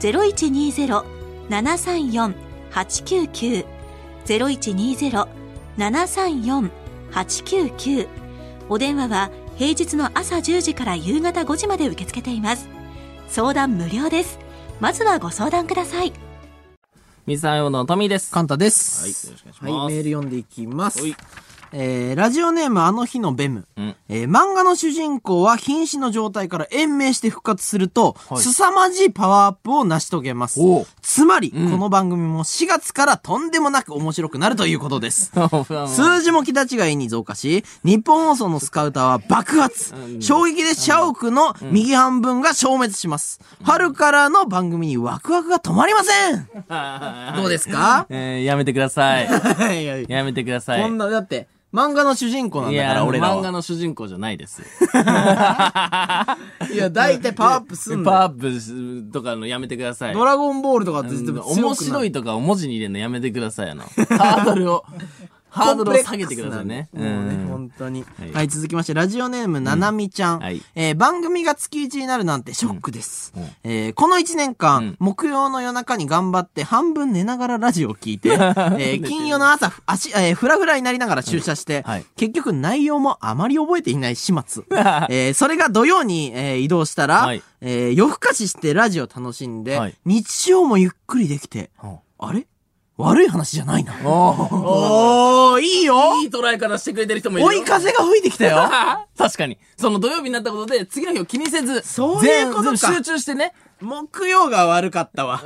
S4: 0120-734-899、0120-734-899お電話は平日の朝10時から夕方5時まで受け付けています。相談無料です。まずはご相談ください。
S1: 水溜りボンドのトミーです。
S2: カンタで
S1: はい、よ
S2: す。
S1: ろしくお願いし
S2: はい、
S1: ます。
S2: メール読んでいきます
S1: はい。
S2: えー、ラジオネームあの日のベム。
S1: うん
S2: えー漫画の主人公は瀕死の状態から延命して復活すると、
S1: はい
S2: 凄まじいパワーアップを成し遂げます
S1: おう。
S2: つまり、
S1: ん
S2: この番組も4月からとんでもなく面白くなるということです。
S1: うん
S2: 数字も桁違いに増加し、日本放送のスカウターは爆発
S1: う。ん
S2: 衝撃で社屋の右半分が消滅します。春からの番組にワクワクが止まりませんどうですか
S1: えーやめてください。
S2: いやいや
S1: やめてください。
S2: こんな、だって、漫画の主人公なん
S1: い
S2: だか
S1: や、
S2: ら、俺ら
S1: 漫画
S2: は。
S1: の主人公じゃない です。
S2: いや、大体パワーアップすんの
S1: パ
S2: よ。
S1: ワーアップとかのやめてください
S2: ド。ラゴンボールとかって
S1: う
S2: 全
S1: ん
S2: 部
S1: 面白
S2: い。
S1: いとかを文字に入れるのやめてください、あの。ハードルを。ハードルを下げてくださいね。
S2: もうね、
S1: うん
S2: 本当に。
S1: は
S2: はいい、続きまして、ラジオネーム、ななみちゃん。
S1: はい
S2: えー番組が月1になるなんてショックです。
S1: うんうん
S2: えーこの1年間、
S1: うん
S2: 木曜の夜中に頑張って、半分寝ながらラジオを 聞いて、えー金曜の朝、足、えー、フラフラになりながら注射して、
S1: はい
S2: 結局内容もあまり覚えていない始末。 えーそれが土曜に、えー移動したら、
S1: はい
S2: えー夜更かししてラジオ楽しんで、
S1: はい
S2: 日曜もゆっくりできて、
S1: うん
S2: あれ悪い話じゃないな。
S1: お
S2: おー、いいよ
S1: いい捉え方してくれてる人もいるよ。
S2: 追い風が吹いてきたよ
S1: 確かに。その土曜日になったことで、次の日を気にせず、
S2: そういうことか
S1: 全部集中してね。
S2: 木曜が悪かった わ。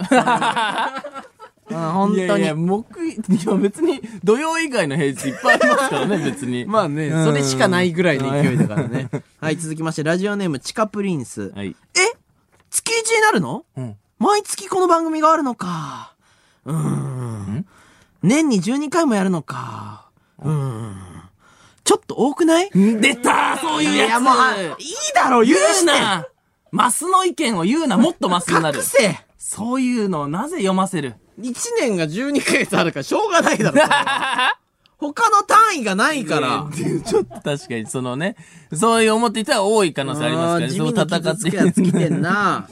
S2: うん、本
S1: いや
S2: 当
S1: い
S2: に
S1: や、。木、いや別に、土曜以外の平日いっぱいありますからね、 別に。
S2: まあね、
S1: うん
S2: それしかないぐらいの勢いだからね。 はい、続きまして、ラジオネーム、チカプリンス。
S1: はい。
S2: え月1になるの
S1: うん。
S2: 毎月この番組があるのか。うーん。年に12回もやるのか。うーん。ちょっと多くない
S1: 出たそういうやつ
S2: いや、もう、あいいだろ、
S1: 言
S2: 許し
S1: う
S2: て
S1: なマスの意見を言うなもっとマスになる
S2: 隠。せ
S1: そういうのをなぜ読ませる
S2: 一年が12ヶ月あるからしょうがないだろ。それは他の単位がないから。
S1: いやちょっと確かに、そのね、そういう思っていたら多い可能性ありますからね。
S2: ー地
S1: そ
S2: 味
S1: う
S2: に
S1: 戦
S2: 傷
S1: って
S2: つくやつ来て ん な。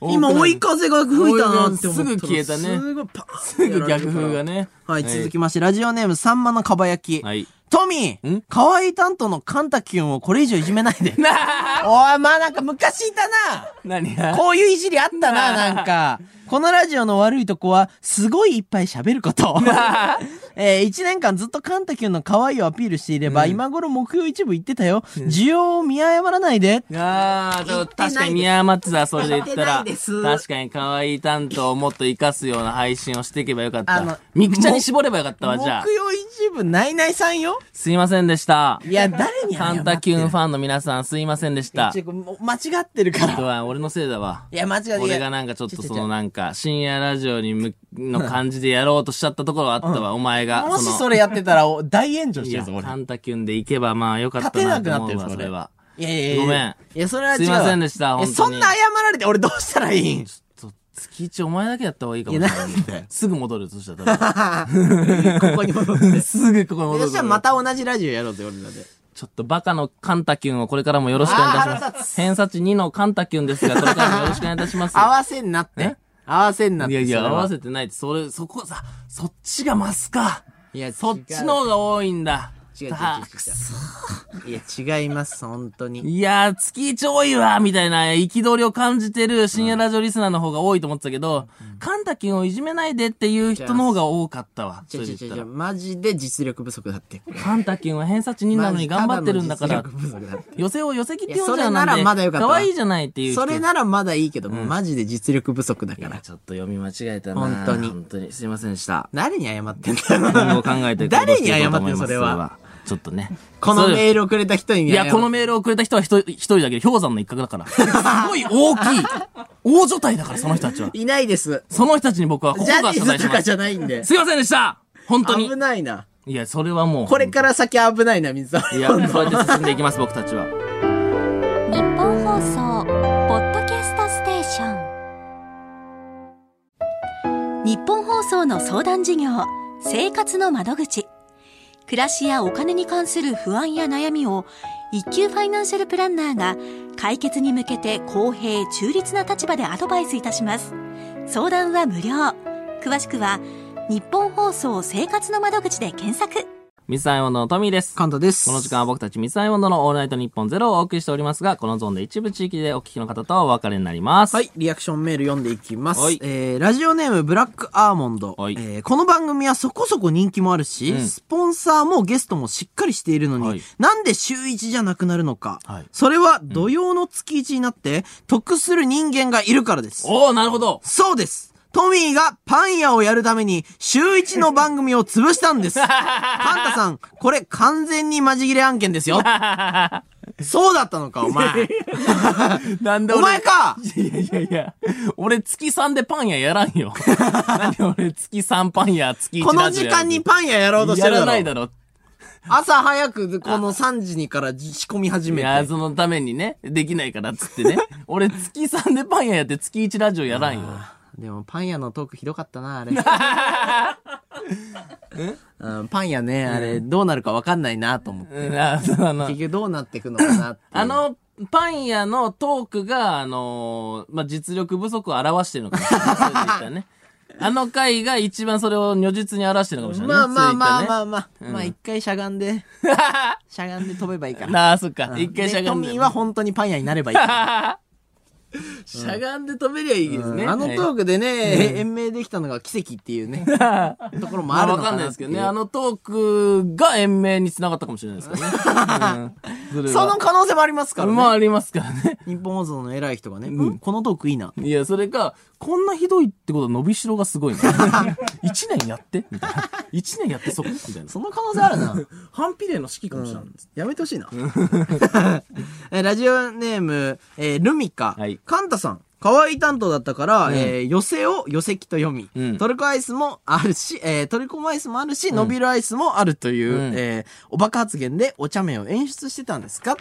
S2: 今追い風が吹いたなって思ったら
S1: すぐ消えたね
S2: すぐパーン
S1: すぐ逆風がね。
S2: はい、続きまして、ラジオネームさんまのかば焼き。
S1: はい。
S2: トミー
S1: ん、
S2: 可愛い担当のカンタキュンをこれ以上いじめない で。おい、まあなんか昔いたな。
S1: 何が
S2: こういういじりあっ たな、なんか。このラジオの悪いとこは、すごいいっぱい喋 ること。 えー、1年間ずっとカンタキュンの可愛いをアピールしていれば、今頃目標一部言ってたよ。需要を見誤らないで。
S1: ああ、ちょっと確かに宮松だ、それで言ったら。確かに可愛い担当をもっと活かすような配信をしていけばよかっ
S2: あの
S1: た。みくちゃんに絞ればよかったわ、
S2: 目
S1: じゃあ
S2: 標。一部、ないないさんよ。
S1: すいませんでした。
S2: いや、誰に謝
S1: カ
S2: って
S1: ン
S2: る
S1: タキュンファンの皆さん、すいませんでした。
S2: ちょもう間違ってるか
S1: あと
S2: ら。
S1: は、俺のせいだわ。
S2: いや、間違ってる。
S1: 俺がなんかちょっとそのなんか、深夜ラジオにむ、の感じでやろうとしちゃったところがあったわ、お前が。
S2: もし
S1: の
S2: それやってたら、お大炎上し
S1: い
S2: て
S1: や、
S2: るぞ、俺
S1: カ。ンタキュンで行けばまあよかったな
S2: 立
S1: と
S2: てなくなっ
S1: 思
S2: て
S1: う
S2: る
S1: わ、
S2: ぞ
S1: それは。
S2: いやいやいや
S1: ごめん
S2: いや、それは違う
S1: す
S2: わ。
S1: いませんでした
S2: いや
S1: 本当に
S2: そんな謝られて俺どうしたらいい ん
S1: ちょっと、月一お前だけやった方がいいか
S2: い
S1: も
S2: や、
S1: しれ
S2: な
S1: ない。
S2: んだよ。
S1: すぐ戻る、そしたら多分。
S2: ここに戻って。
S1: すぐここに戻る。
S2: そしたらまた同じラジオやろうぜ、俺らで。
S1: ちょっとバカのカンタキュンをこれからもよろしくお願いい
S2: あー
S1: たし
S2: 腹
S1: ま
S2: 立
S1: す。偏差値2のカンタキュンですが、これからもよろしくお願いいたし ます。
S2: 合わせんなっ
S1: え
S2: て。合わせんなって。
S1: いやいや、
S2: それ
S1: 合
S2: は
S1: わせてないって、それ、そこさ、そっちがマスか。
S2: いや、
S1: そっちの方が多いんだ。
S2: 違う。違う違う
S1: あ
S2: 違う。いや、違います、本当に。
S1: いやー、月一多いわみたいな、憤りを感じてる深夜ラジオリスナーの方が多いと思ってたけど、カンタキュンをいじめないでっていう人の方が多かったわ。
S2: 違
S1: そうれ
S2: 違
S1: で
S2: う
S1: 言った
S2: 違う違
S1: ら
S2: う。マジで実力不足だって。
S1: カンタキュンは偏差値2なのに頑張ってるんだから
S2: マ、ジただの実力不足だって
S1: 寄せを寄せ切って読ん
S2: い
S1: じゃ
S2: や
S1: う
S2: それ
S1: な
S2: なんら
S1: で、
S2: まだよかったわ
S1: 可愛いじゃないっていう人。
S2: それならまだいいけど、マジで実力不足だか
S1: いや
S2: ら。
S1: ちょっと読み間違えたな
S2: 本当に
S1: 本当に。すいませんでした。
S2: 誰に謝ってんだ
S1: 今
S2: よ
S1: 後。考えて
S2: 誰に謝って
S1: 行動していこう
S2: んの
S1: と思います
S2: それは。
S1: ちょっとね。
S2: この
S1: それ
S2: メールをくれた人
S1: い
S2: に
S1: や、このメールをくれた人は一人一人だけで氷山の一角だ から。すごい大きい。大所帯だから、その人たちは。
S2: いないです。
S1: その人たちに僕はここ
S2: ジ
S1: が
S2: ャニ
S1: 謝
S2: ー
S1: 罪
S2: ズ
S1: し
S2: と
S1: ま
S2: かじ
S1: す。
S2: ゃないんで。
S1: すいませんでした本当に
S2: 危。ないな。
S1: いや、それはもう。
S2: これから先危ないな、水沢。
S1: いや、そうやって進んでいきます、僕たちは。
S5: 日本放送ポッドキャストステーション
S4: 日本放送の相談事業生活の窓口暮らしやお金に関する不安や悩みを一級ファイナンシャルプランナーが解決に向けて公平中立な立場でアドバイスいたします相談は無料詳しくは日本放送生活の窓口で検索
S1: ミスアイモンドのトミーです。
S2: カンタです。
S1: この時間は僕たちミスアイモンドのオールナイトニッポンゼロをお送りしておりますが、このゾーンで一部地域でお聞きの方とはお別れになります。
S2: はい。、リアクションメール読んでいきます。
S1: はい
S2: えー、ラジオネーム、ブラックアーモンド。
S1: はい
S2: えーこの番組はそこそこ人気もあるし、
S1: うん
S2: スポンサーもゲストもしっかりしているのに、
S1: はい
S2: なんで週1じゃなくなるのか。
S1: はい
S2: それは土曜の月1になって、得する人間がいるからです。
S1: おー、なるほ ど。
S2: そうですトミーがパン屋をやるために週一の番組を潰したんで す。パンタさん、これ完全にマジ切れ案件で すよ。そうだったのか、お前。
S1: なんで
S2: お前か
S1: いやいやいや、俺月3でパン屋やらん よ。なんで俺月3パン屋、月1
S2: この
S1: ラジオ
S2: 時
S1: やる
S2: 間にパン屋やろうとして
S1: や
S2: るだ
S1: らないだ
S2: ろ。
S1: ろ。
S2: 朝早くこの3時にから仕込み始
S1: い
S2: め
S1: や、
S2: て。
S1: そのためにね、できないからっつってね。俺月3でパン屋やって月1ラジオやらんよ。
S2: でもパン屋のトークひどかったな、あれ。
S7: うんパン屋ね、あれ、どうなるかわかんないなと思って。
S1: うんあそうあの
S7: 結局どうなっていくのかなっていう。
S1: あの、パン屋のトークが、あのーまあ、実力不足を表してるのかもしれない。そう言ったね。あの回が一番それを如実に表してるのかもしれないね。
S7: まあまあまあま
S1: あ。
S7: あまあ、まあ一回しゃがん で、しゃがんで飛べばいいから。
S1: なあ、そっか。一回しゃがん
S7: でト
S1: で。
S7: ミーは本当にパン屋になればいいから。
S1: しゃがんで止めりゃいいですね。
S7: うんあのト
S1: はい
S7: ークでね、延命できたのが奇跡っていう ね、ところも
S1: ま
S7: あ
S1: あ、
S7: る
S1: わ
S7: の
S1: か
S7: か
S1: んない
S7: な
S1: で
S7: っ
S1: す
S7: てい
S1: け
S7: う
S1: どね。あのトークが延命につながったかもしれないですからね。うん、
S7: その可能性もありますから
S1: まあ
S7: ね。
S1: ありますから ね。
S7: 日本放送の偉い人がね、うんこのトークいいな。
S1: いや、それか、こんなひどいってことは伸びしろがすごいな。 一年やってみたいな。一年やってそうみたいな。
S7: その可能性あるな。
S1: 反比例の式かもしれない。
S7: やめてほしいな。 えラジオネーム、えールミカ、
S1: はい
S7: カンタさん。可愛い担当だったから、えー寄せを寄せきと読み、
S1: うん
S7: トルコアイスもあるし、えートルコアイスもあるし、伸びるアイスもあるという、
S1: うん
S7: えーおバカ発言でお茶目を演出してたんですか
S1: あ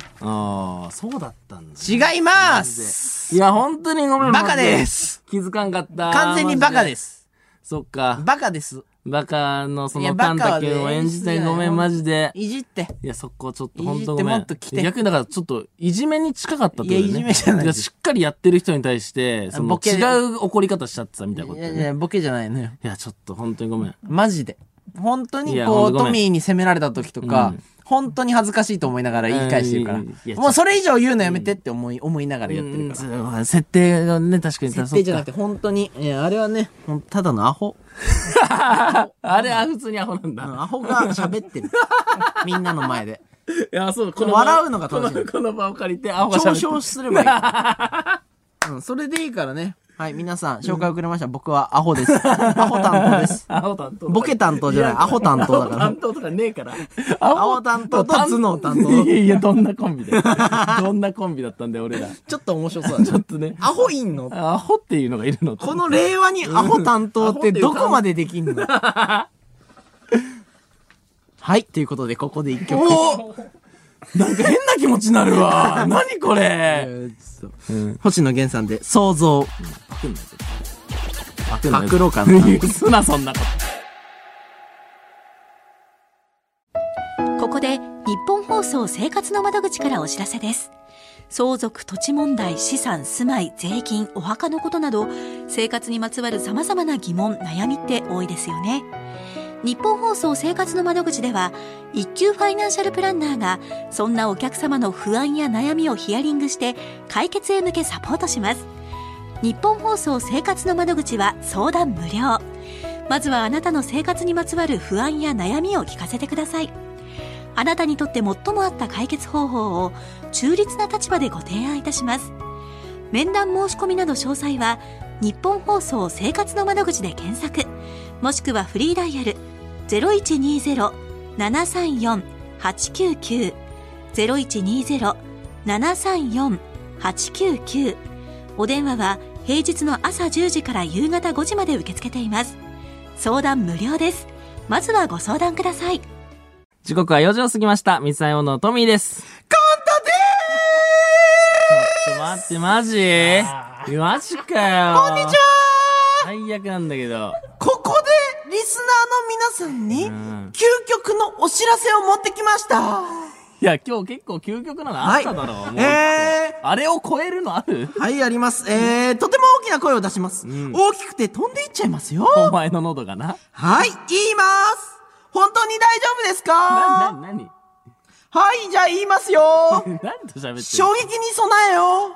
S1: あ、そうだったんだ。
S7: 違います
S1: いや、本当にごめん
S7: バカです
S1: マジ気づかんかった。
S7: 完全にバカです。
S1: マジで。そっか。
S7: バカです。
S1: バカのそ
S7: いや
S1: の
S7: バカ
S1: カ
S7: は
S1: ン
S7: ね
S1: タ君を演じてごめん、マジで。
S7: いじって。
S1: いや、そこちょっと本当ご
S7: いじっ
S1: め
S7: て
S1: ん。
S7: もっと来て
S1: 逆にだからちょっと、いじめに近かったってことだよね
S7: いやいじめじゃないです
S1: しっかりやってる人に対して、そ
S7: ボ
S1: の
S7: ケで
S1: 違う怒り方しちゃってたみたいなこと
S7: い
S1: だ
S7: や
S1: よ
S7: い
S1: ね。
S7: や、ボケじゃないのよ。
S1: いや、ちょっと本当にごめん。
S7: マジで。本当
S1: い
S7: に
S1: や
S7: こ
S1: ほん
S7: う、
S1: とご
S7: ト
S1: めん
S7: ミーに責められた時とか、
S1: うん
S7: 本当に恥ずかしいと思いながら言い返してるから。
S1: うんいやいや
S7: もうそれ以上言うのやめてって思い、思いながらやってるから。
S1: うん設定がね、確かに
S7: 設定じゃなくて、
S1: て。
S7: 本当に、えーあれはね、ほんただのアホ。
S1: あれは普通にアホなん
S7: う
S1: だ。
S7: んアホ が喋ってる。みんなの前で。
S1: いや、そう、こ
S7: 笑うのが楽しい
S1: このこの場を借りて、アホが
S7: 嘲
S1: 喋
S7: 笑
S1: って。
S7: すればいい から。うん、それでいいからね。はい、皆さん、紹介遅れました。僕はアホです。アホ担当です。
S1: アホ担当。
S7: ボケ担当じゃない、アホ担当だから
S1: 担。当とかねえから。
S7: アホ担当と頭脳担
S1: いや
S7: 当。
S1: いや、どんなコンビだよ。 どんなコンビだったんだよ、俺ら。
S7: ちょっと面白そうだね
S1: ちょ っとね。
S7: アホいんの
S1: アホっていうのがいるの
S7: この令和にアホ担当ってどこまでで きんのはい、ということで、ここで一曲。
S1: おなんか変な気持ちになるわ。 何これ。
S7: えーっと星野源さんで、想像。パクろうかな。
S1: すな、そんなこと。
S4: ここで日本放送生活の窓口からお知らせです。相続、土地問題、資産、住まい、税金、お墓のことなど、生活にまつわる様々な疑問、悩みって多いですよね。日本放送生活の窓口では、一級ファイナンシャルプランナーが、そんなお客様の不安や悩みをヒアリングして、解決へ向けサポートします。日本放送生活の窓口は相談無料。まずはあなたの生活にまつわる不安や悩みを聞かせてください。あなたにとって最も合った解決方法を中立な立場でご提案いたします。面談申し込みなど詳細は、日本放送生活の窓口で検索、もしくはフリーダイヤル0120-734-899、0120-734-899お電話は平日の朝10時から夕方5時まで受け付けています。相談無料です。まずはご相談ください。
S1: 時刻は4時を過ぎました。三沢用のトミーです。カンタでーすちょっと待って、マジマジかよ。こんにちは最悪なんだけど。
S2: ここで、リスナーの皆さんに、
S1: うん
S2: 究極のお知らせを持ってきました。
S1: いや、今日結構究極なのあっただろ。もう
S2: え
S1: あれを超えるのある
S2: ー、はい、あります。えー、とても大きな声を出します。大きくて飛んでいっちゃいますよ。
S1: お前の喉がな。
S2: はい、言います。本当に大丈夫です
S1: な、
S2: か
S1: な、なに
S2: はい、じゃあ言いますよ。
S1: 何と喋ってん
S2: 衝
S1: の
S2: 撃に備えよ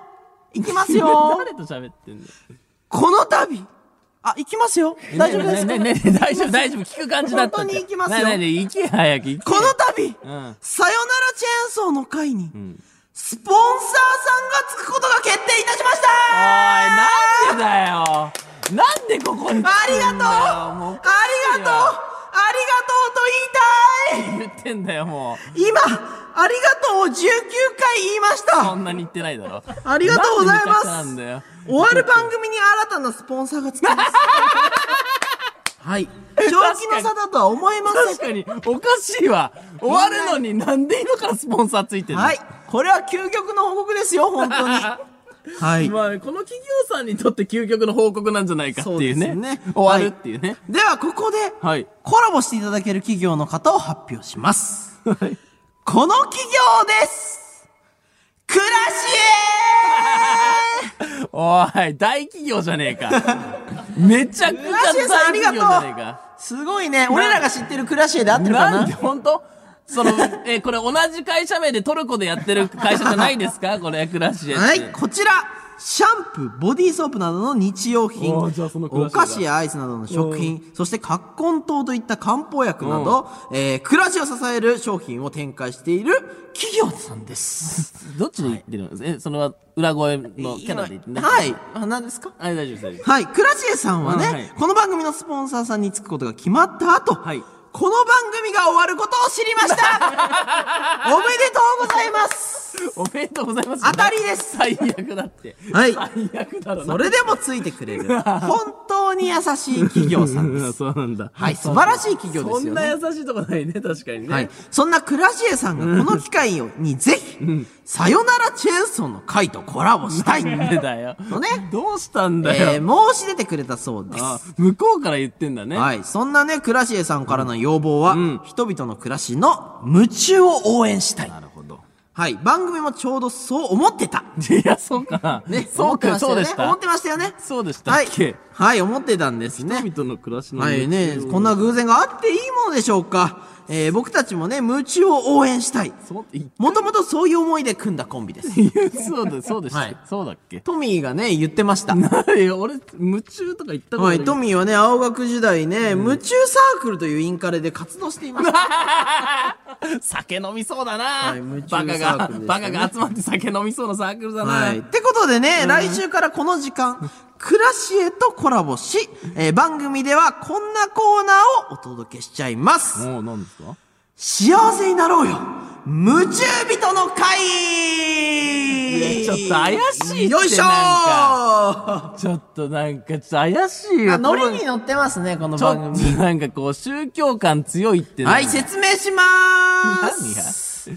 S2: う。いきます よ。
S1: 誰と喋ってんの
S2: この度。あ、行きますよ。大丈夫ですか
S1: ねねねね 大丈夫、大丈夫。聞く感じだったんだ。
S2: 本当に行きますよ
S1: ねねね行け、早く行け。
S2: この度、
S1: うん。
S2: さよならチェーンソーの会に、
S1: ん
S2: スポンサーさんがつくことが決定いたしました
S1: おい、なんでだよ。なんでここに来てんだよ。
S2: ありがとう
S1: もうお
S2: あ
S1: かしい
S2: り
S1: よ
S2: がとうありがとうと言いたい
S1: 言ってんだよ、もう。
S2: 今、ありがとうを19回言いまし
S1: そ
S2: た
S1: んなに言ってないだろ。
S2: ありがとうございます
S1: なんでめちゃくちゃなんだよ。
S2: 終わる番組に新たなスポンサーがつきます。 はい。正気の差だとは思えません
S1: 確。かに、おかしいわ。終わるのになんで今からスポンサーついてんの
S2: はい。これは究極の報告ですよ、本当に。はい。
S1: まあ、この企業さんにとって究極の報告なんじゃないかっていうね。
S2: そうですね
S1: 終わるっていうね。
S2: では、ここで、
S1: はい。
S2: コラボしていただける企業の方を発表します。この企業です暮らし
S1: おい、大企業じゃねえか。めちゃくちゃ
S2: ラシエさんあ
S1: 大
S2: りが
S1: 企業じ
S2: とう
S1: ゃねえか。
S2: えすごいね。俺らが知ってる暮らし絵で合ってるか
S1: なん
S2: な
S1: で本当その、えーこれ同じ会社名でトルコでやってる会社じゃないですかこれ、クラッシュ。
S2: はい、こちら。シャンプー、ボディーソープなどの日用品、
S1: おーじゃあその暮らし
S2: お
S1: 絵だ
S2: 菓子やアイスなどの食品、そして葛根糖といった漢方薬など、えー暮らしを支える商品を展開している企業さんで す。
S1: どっちで言ってるんですえ、それは裏声のキャラで言って。
S2: はいい。あ、何ですか
S1: あれ大丈夫です、大丈夫です。
S2: はい、倉重さんはね、
S1: うんはい
S2: この番組のスポンサーさんにつくことが決まった後、
S1: はい
S2: この番組が終わることを知りました おめでとうございます
S1: おめでとうございます。
S2: 当たりです
S1: 最悪だって。
S2: はい
S1: 最悪だろな。
S2: それでもついてくれる、本当に優しい企業さんで
S1: うん
S2: す。
S1: そうなんだ。
S2: はい、素晴らしい企業で
S1: そ
S2: す
S1: ん
S2: よ
S1: な
S2: ね。
S1: 優しいとこないね、確かにね。
S2: はい、そんな倉重さんがこの機会をにぜひ、さよならチェーンソーの会とコラボしたい
S1: なんでだよ。
S2: のね、
S1: どうしたんだよ。
S2: えー、申し出てくれたそうです。
S1: あ向こうから言ってんだね。
S2: はい。そんなね、倉重さんからの要望は、
S1: ん
S2: 人々の暮らしの夢中を応援したい。
S1: なるほど。
S2: はい。番組もちょうどそう思ってた。
S1: いや、そうかな。
S2: ね。
S1: そう
S2: 思ってま
S1: か、
S2: したよ
S1: そう
S2: ね
S1: でし
S2: 思
S1: た
S2: っ。てましたよね。
S1: そうでしたっ
S2: はい
S1: け。。
S2: はい、思ってたんですね。
S1: 人々の暮らしの
S2: はいね
S1: 夢中、を
S2: こんな偶然があっていいものでしょうか。えー僕たちもね、夢中を応援したい。
S1: そう、い
S2: もともとそういう思いで組んだコンビです。
S1: いやそうだ、そうでした。
S2: はい
S1: そうだっけ。
S2: トミーがね、言ってました。
S1: いや、俺、夢中とか言ったこと
S2: は
S1: ない。
S2: い、トミーはね、青学時代ね、夢中サークルというインカレで活動していました。
S1: 酒飲みそうだな、
S2: い夢中
S1: バカ
S2: サー
S1: が、
S2: クルでした
S1: バ
S2: ね
S1: カが集まって酒飲みそうなサークルだな、
S2: はい。ってことでね、来週からこの時間、暮らしへとコラボし、えー番組ではこんなコーナーをお届けしちゃいます。
S1: もう何ですか
S2: 幸せになろうよ夢中人の会
S1: いやちょっと怪しいって
S2: よいしょー
S1: ちょっとなんか、ちょっと怪しいよ。
S2: ノリに乗ってますね、この
S1: ちょっ
S2: 番
S1: と
S2: 組。
S1: なんかこう、宗教感強いって
S2: はい、説明しま
S1: 何が
S2: ーす。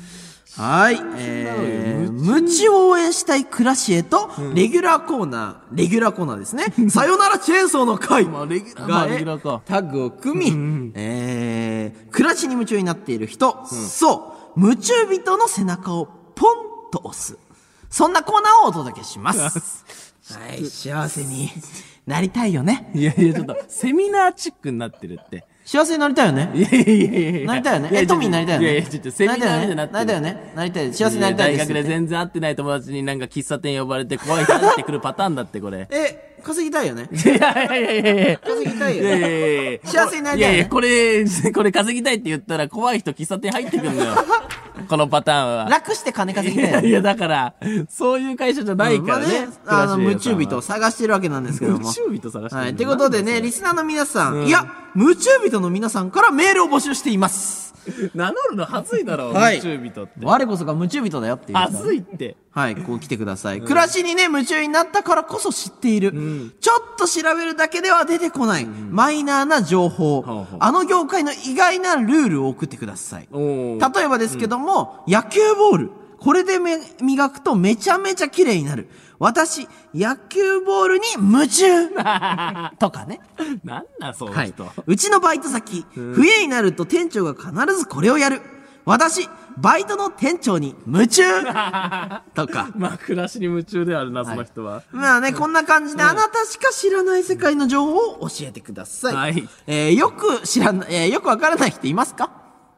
S2: はい、えー、無知を応援したい暮らしへと、レギュラーコーナー、レギュラーコーナーですね。さよならチェーンソーの会
S1: まあレギュラーまあ
S2: が、
S1: レギュラーか
S2: えタッグを組み、えー、暮らしに夢中になっている人、そう、夢中人の背中をポンと押す。そんなコーナーをお届けし ます。はい、幸せになりたいよね。
S1: いやいや、ちょっと、セミナーチックになってるって。
S2: 幸せになりたいよね。
S1: いやいやいやいや。
S2: なりたいよね。
S1: や
S2: え、トミーになりたいよね。
S1: いやいや、ちょっとセミナーみたいになってる。
S2: なりたいよね。なりたいよね。なりたい。幸せになりたい
S1: や
S2: です。。
S1: 大学で全然会ってない友達になんか喫茶店呼ばれて怖いからってくるパターンだって、これ
S2: え、稼ぎたいよね。
S1: いやいやいやいやいや。
S2: 稼ぎたい
S1: い
S2: よ
S1: やい
S2: ね。
S1: やいやいや
S2: 幸せになりたいよね
S1: いやいや、これ、 これ稼ぎたいって言ったら怖い人喫茶店入ってくんの よ。このパターンは。
S2: 楽して金稼
S1: い
S2: ぎたいよ
S1: や
S2: ね。
S1: いや、だから、そういう会社じゃないからね。
S2: まあの、夢
S1: 倉重
S2: 中人
S1: さん
S2: を
S1: は。
S2: 探してるわけなんです けど
S1: 夢
S2: も。
S1: 中人探してる。
S2: はい。ということでね、リスナーの皆さん、いや、夢中人の皆さんからメールを募集しています。
S1: 名乗るの恥ずいだろ、
S2: はい
S1: 夢中人って。
S2: 我こそが夢中人だよっていう人は
S1: 恥
S2: ね。
S1: ずいって。
S2: はい、こう来てください。暮らしにね、夢中になったからこそ知っている。ちょっと調べるだけでは出てこない、マイナーな情報、
S1: ほうほう
S2: あの業界の意外なルールを送ってください。
S1: おー
S2: 例えばですけども、野球ボール。これでめ磨くとめちゃめちゃ綺麗になる。私、野球ボールに夢中とかね。
S1: なんなん、その
S2: はい
S1: 人。。
S2: うちのバイト先、冬になると店長が必ずこれをやる。私、バイトの店長に夢中とか。
S1: まあ、暮らしに夢中であるな、その人は。
S2: まあね、こんな感じで、あなたしか知らない世界の情報を教えてください。
S1: はい
S2: えーよく知らない、えーよくわからない人いますか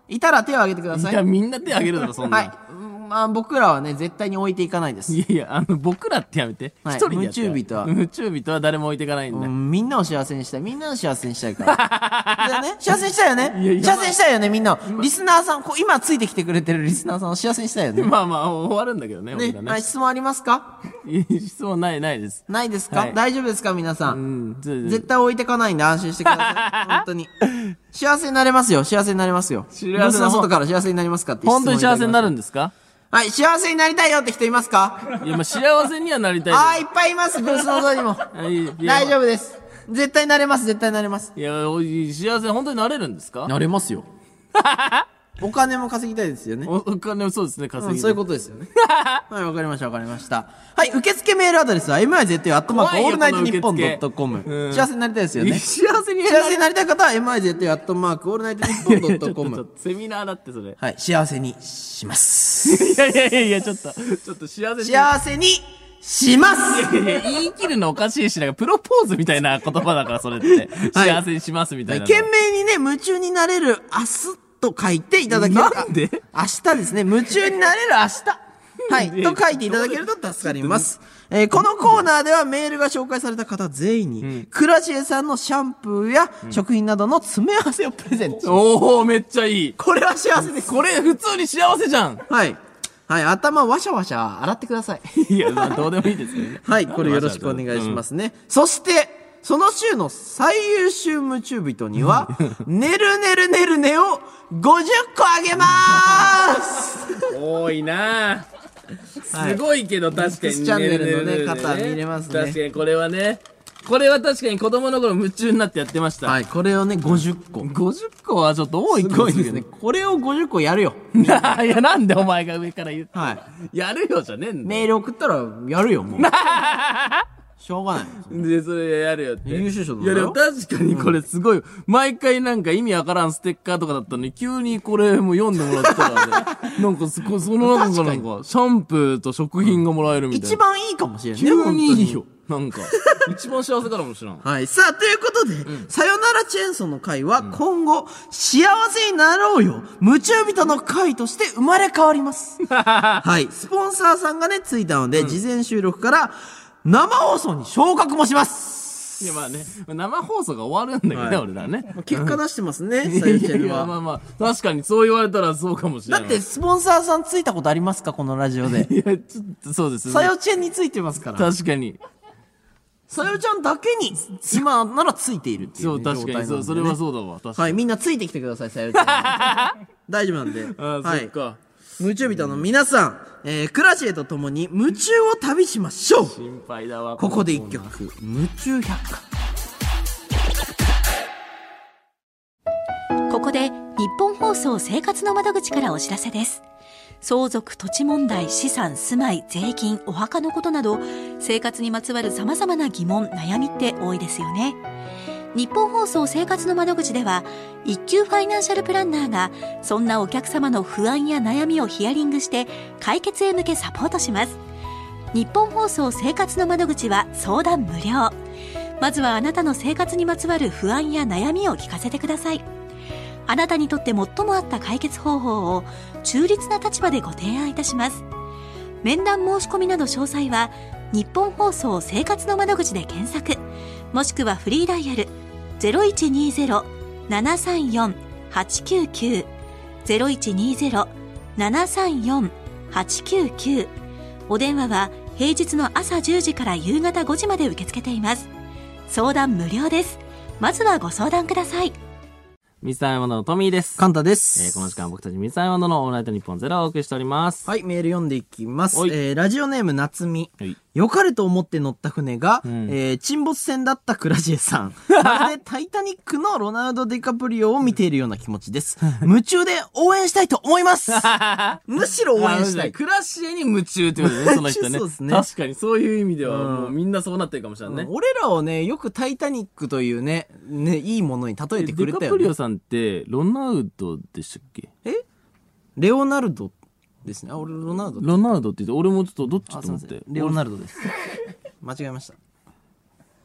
S2: いたら手を挙げてくだ
S1: い
S2: さい。
S1: や、みんな手あげるだ ろ、そんな。
S2: はい。うんまあ僕らはね、絶対に置いていかないです。
S1: いやいや、あの、僕らってやめて。一、
S2: はい
S1: 人でやって。
S2: 夢中人は
S1: 夢中人は誰も置いていかないん
S2: う
S1: だ。
S2: んみんなを幸せにしたい。みんなを幸せにしたいから。だよね、幸せにしたいよ
S1: いやい
S2: ね。
S1: や
S2: 幸せにしたいよね、みんなを。リスナーさん、こう今ついてきてくれてるリスナーさんを幸せにしたいよね。
S1: まあまあ、終わるんだけどね、俺
S2: ね
S1: ら、
S2: は
S1: ね。
S2: い質問ありますか
S1: いや質問ない、ないです。
S2: ないですか、
S1: はい
S2: 大丈夫ですか皆さ。
S1: うんん、ずず
S2: 絶対置いてかないんで安心してください。本当に。 幸せになれますよ。幸せになれますよ。
S1: 幸せな
S2: ブースの外から幸せになりますかって
S1: 本当に幸せになるんで
S2: で。
S1: すか
S2: はい、幸せになりたいよって人いますか
S1: いや、まあ、幸せにはなりたい
S2: あー、いっぱいいます。ブースの外にも。
S1: です。
S2: 大丈
S1: 夫。
S2: 夫です。絶対なれます。絶対なれます。
S1: いや、おい幸せ、本当になれるんですか
S2: れますよ。 お金も稼ぎたいですよね。
S1: おお金もそうですね、稼
S2: う
S1: ぎ
S2: ん
S1: で
S2: そういうこと ですよね。はい、わかりました、わかりました。はい、受付メールアドレスは mizu.allnightnippon.com。
S1: 怖いよこの受付
S2: 幸せになりたいですよね。幸
S1: 幸せに
S2: せになりたい方は mizu.allnightnippon.com。
S1: セミナーだってそれ。
S2: はい、幸せにします。
S1: いやいやいやいや、ちょっと、ちょっと幸せに。
S2: 幸せにしま
S1: い
S2: す
S1: やいや言い切るのおかしいし、なんかプロポーズみたいな言葉だから、それって。
S2: はい
S1: 幸せにしますみたいなの。
S2: 懸命にね、夢中になれる明日と書いていただける
S1: なんで
S2: 明日ですね。夢中になれる明 日。はい。と書いていただけると助かります。えーこのコーナーではメールが紹介された方全員に、クラシエさんのシャンプーや食品などの詰め合わせをプレゼント。
S1: おー、めっちゃいい。
S2: これは幸せです。
S1: これ、普通に幸せじゃん。
S2: はい。はい。頭ワシャワシャ洗ってください。
S1: いや、まあ、どうでもいいですけどね。
S2: はい、これよろしくお願いしますね。そして、その週の最優秀夢中人には、 ねるねるねるねを50個あげまーす
S1: 多いなぁ。
S2: はい
S1: すごいけど、確かに。
S2: ミックスチャンネ
S1: ねるね
S2: ルのね
S1: るねるね
S2: 方見れますね
S1: 確かに、これはね。これは確かに子供の頃夢中になってやってました。
S2: はい、これをね、50個。
S1: 50個はちょっと多い
S2: す
S1: 気が
S2: ごい
S1: する
S2: で
S1: け
S2: す
S1: ど
S2: ね。。これを50個やるよ。
S1: なあ いや、なんでお前が上から言う。
S2: はい。
S1: やるよじゃねえんだよ。
S2: メール送ったら、やるよ、 もう。しょうがない。
S1: で、それやるよって。
S2: 優秀賞だ
S1: い
S2: よ
S1: や、でも確かにこれすごい。毎回なんか意味わからんステッカーとかだったのに、急にこれもう読んでもらったから ね。なんかそこ、その中からなんか、シャンプーと食品がもらえるみたいな。
S2: 一番いいかもしれないね。
S1: 急にいい
S2: 本
S1: よ。なんか、一番幸せかもしらん。
S2: 当に。はい。さあ、ということで、さよならチェーンソーの会は今後、幸せになろうよ、夢中人の会として生まれ変わ ります。はい。スポンサーさんがね、ついたので、事前収録から生放送に昇格もします。
S1: いや、まあね、生放送が終わるんだけどね、俺らね。
S2: 結果出してますね、
S1: い
S2: さ
S1: や
S2: ゆちゃ
S1: い
S2: ん
S1: や、ま
S2: は。
S1: あまあ、確かにそう言われたらそうかもしれ
S2: だ
S1: な
S2: っ
S1: い。
S2: て、スポンサーさんついたことありますかこのラジオで。
S1: いや、ちょっとそうですね。
S2: さよちゃんについてますから。
S1: 確かに。
S2: さよちゃんだけに、今ならついているっていう
S1: そう、
S2: ね、状態な
S1: 確
S2: んで、ね。
S1: かに。そう、それはそうだわ。確か
S2: はい、みんなついてきてください、さよちゃ んに。大丈夫なんで。
S1: に。あ
S2: は
S1: あ、そっ
S2: い。
S1: か。
S2: 夢中人の皆さん、えー、クラシエと共に夢中を旅しましょう
S1: 心配だわ。
S2: ここで一曲、夢中百科。
S4: ここで日本放送生活の窓口からお知らせです。相続、土地問題、資産、住まい、税金、お墓のことなど、生活にまつわる様々な疑問、悩みって多いですよね。日本放送生活の窓口では、一級ファイナンシャルプランナーが、そんなお客様の不安や悩みをヒアリングして、解決へ向けサポートします。日本放送生活の窓口は相談無料。まずはあなたの生活にまつわる不安や悩みを聞かせてください。あなたにとって最も合った解決方法を中立な立場でご提案いたします面談申し込みなど詳細は日本放送生活の窓口で検索もしくはフリーダイヤル0120-734-899 0120-734-899お電話は平日の朝10時から夕方5時まで受け付けています相談無料ですまずはご相談ください
S1: ミスターヤマンドのトミーです。
S2: カンタで
S1: えー
S2: す。
S1: この時間は僕たちミスターヤマンドのオールナイトニッポンゼロをお送りしております。
S2: はい、メール読んでいきます。
S1: はい
S2: えー、ラジオネーム夏美。
S1: はい。
S2: よかれと思って乗った船が、
S1: ん
S2: えー沈没船だったクラシエ さん。まるでタイタニックのロナウド・ディカプリオを見ているような気持 ちです。夢中で応援したいと思いますむしろ応援したい。
S1: クラシエに夢中ってことね、その人ね。
S2: そうですね
S1: 確かに、そういう意味では、
S2: うん
S1: もうみんなそうなってるかもしれないね。
S2: 俺らをね、よくタイタニックというね、ね、いいものに例えてく
S1: デ
S2: れ
S1: カ
S2: た
S1: プ
S2: よ、
S1: リ
S2: ね
S1: オ。さんって、ロナウドでしたっけ
S2: レオナルドですね。あ、俺ロナウド。
S1: ロナウドって言って、俺もちょっとどっちと
S2: あ、すい
S1: 思
S2: ま
S1: っ
S2: せん
S1: て。。
S2: レオナルドです。間違えました。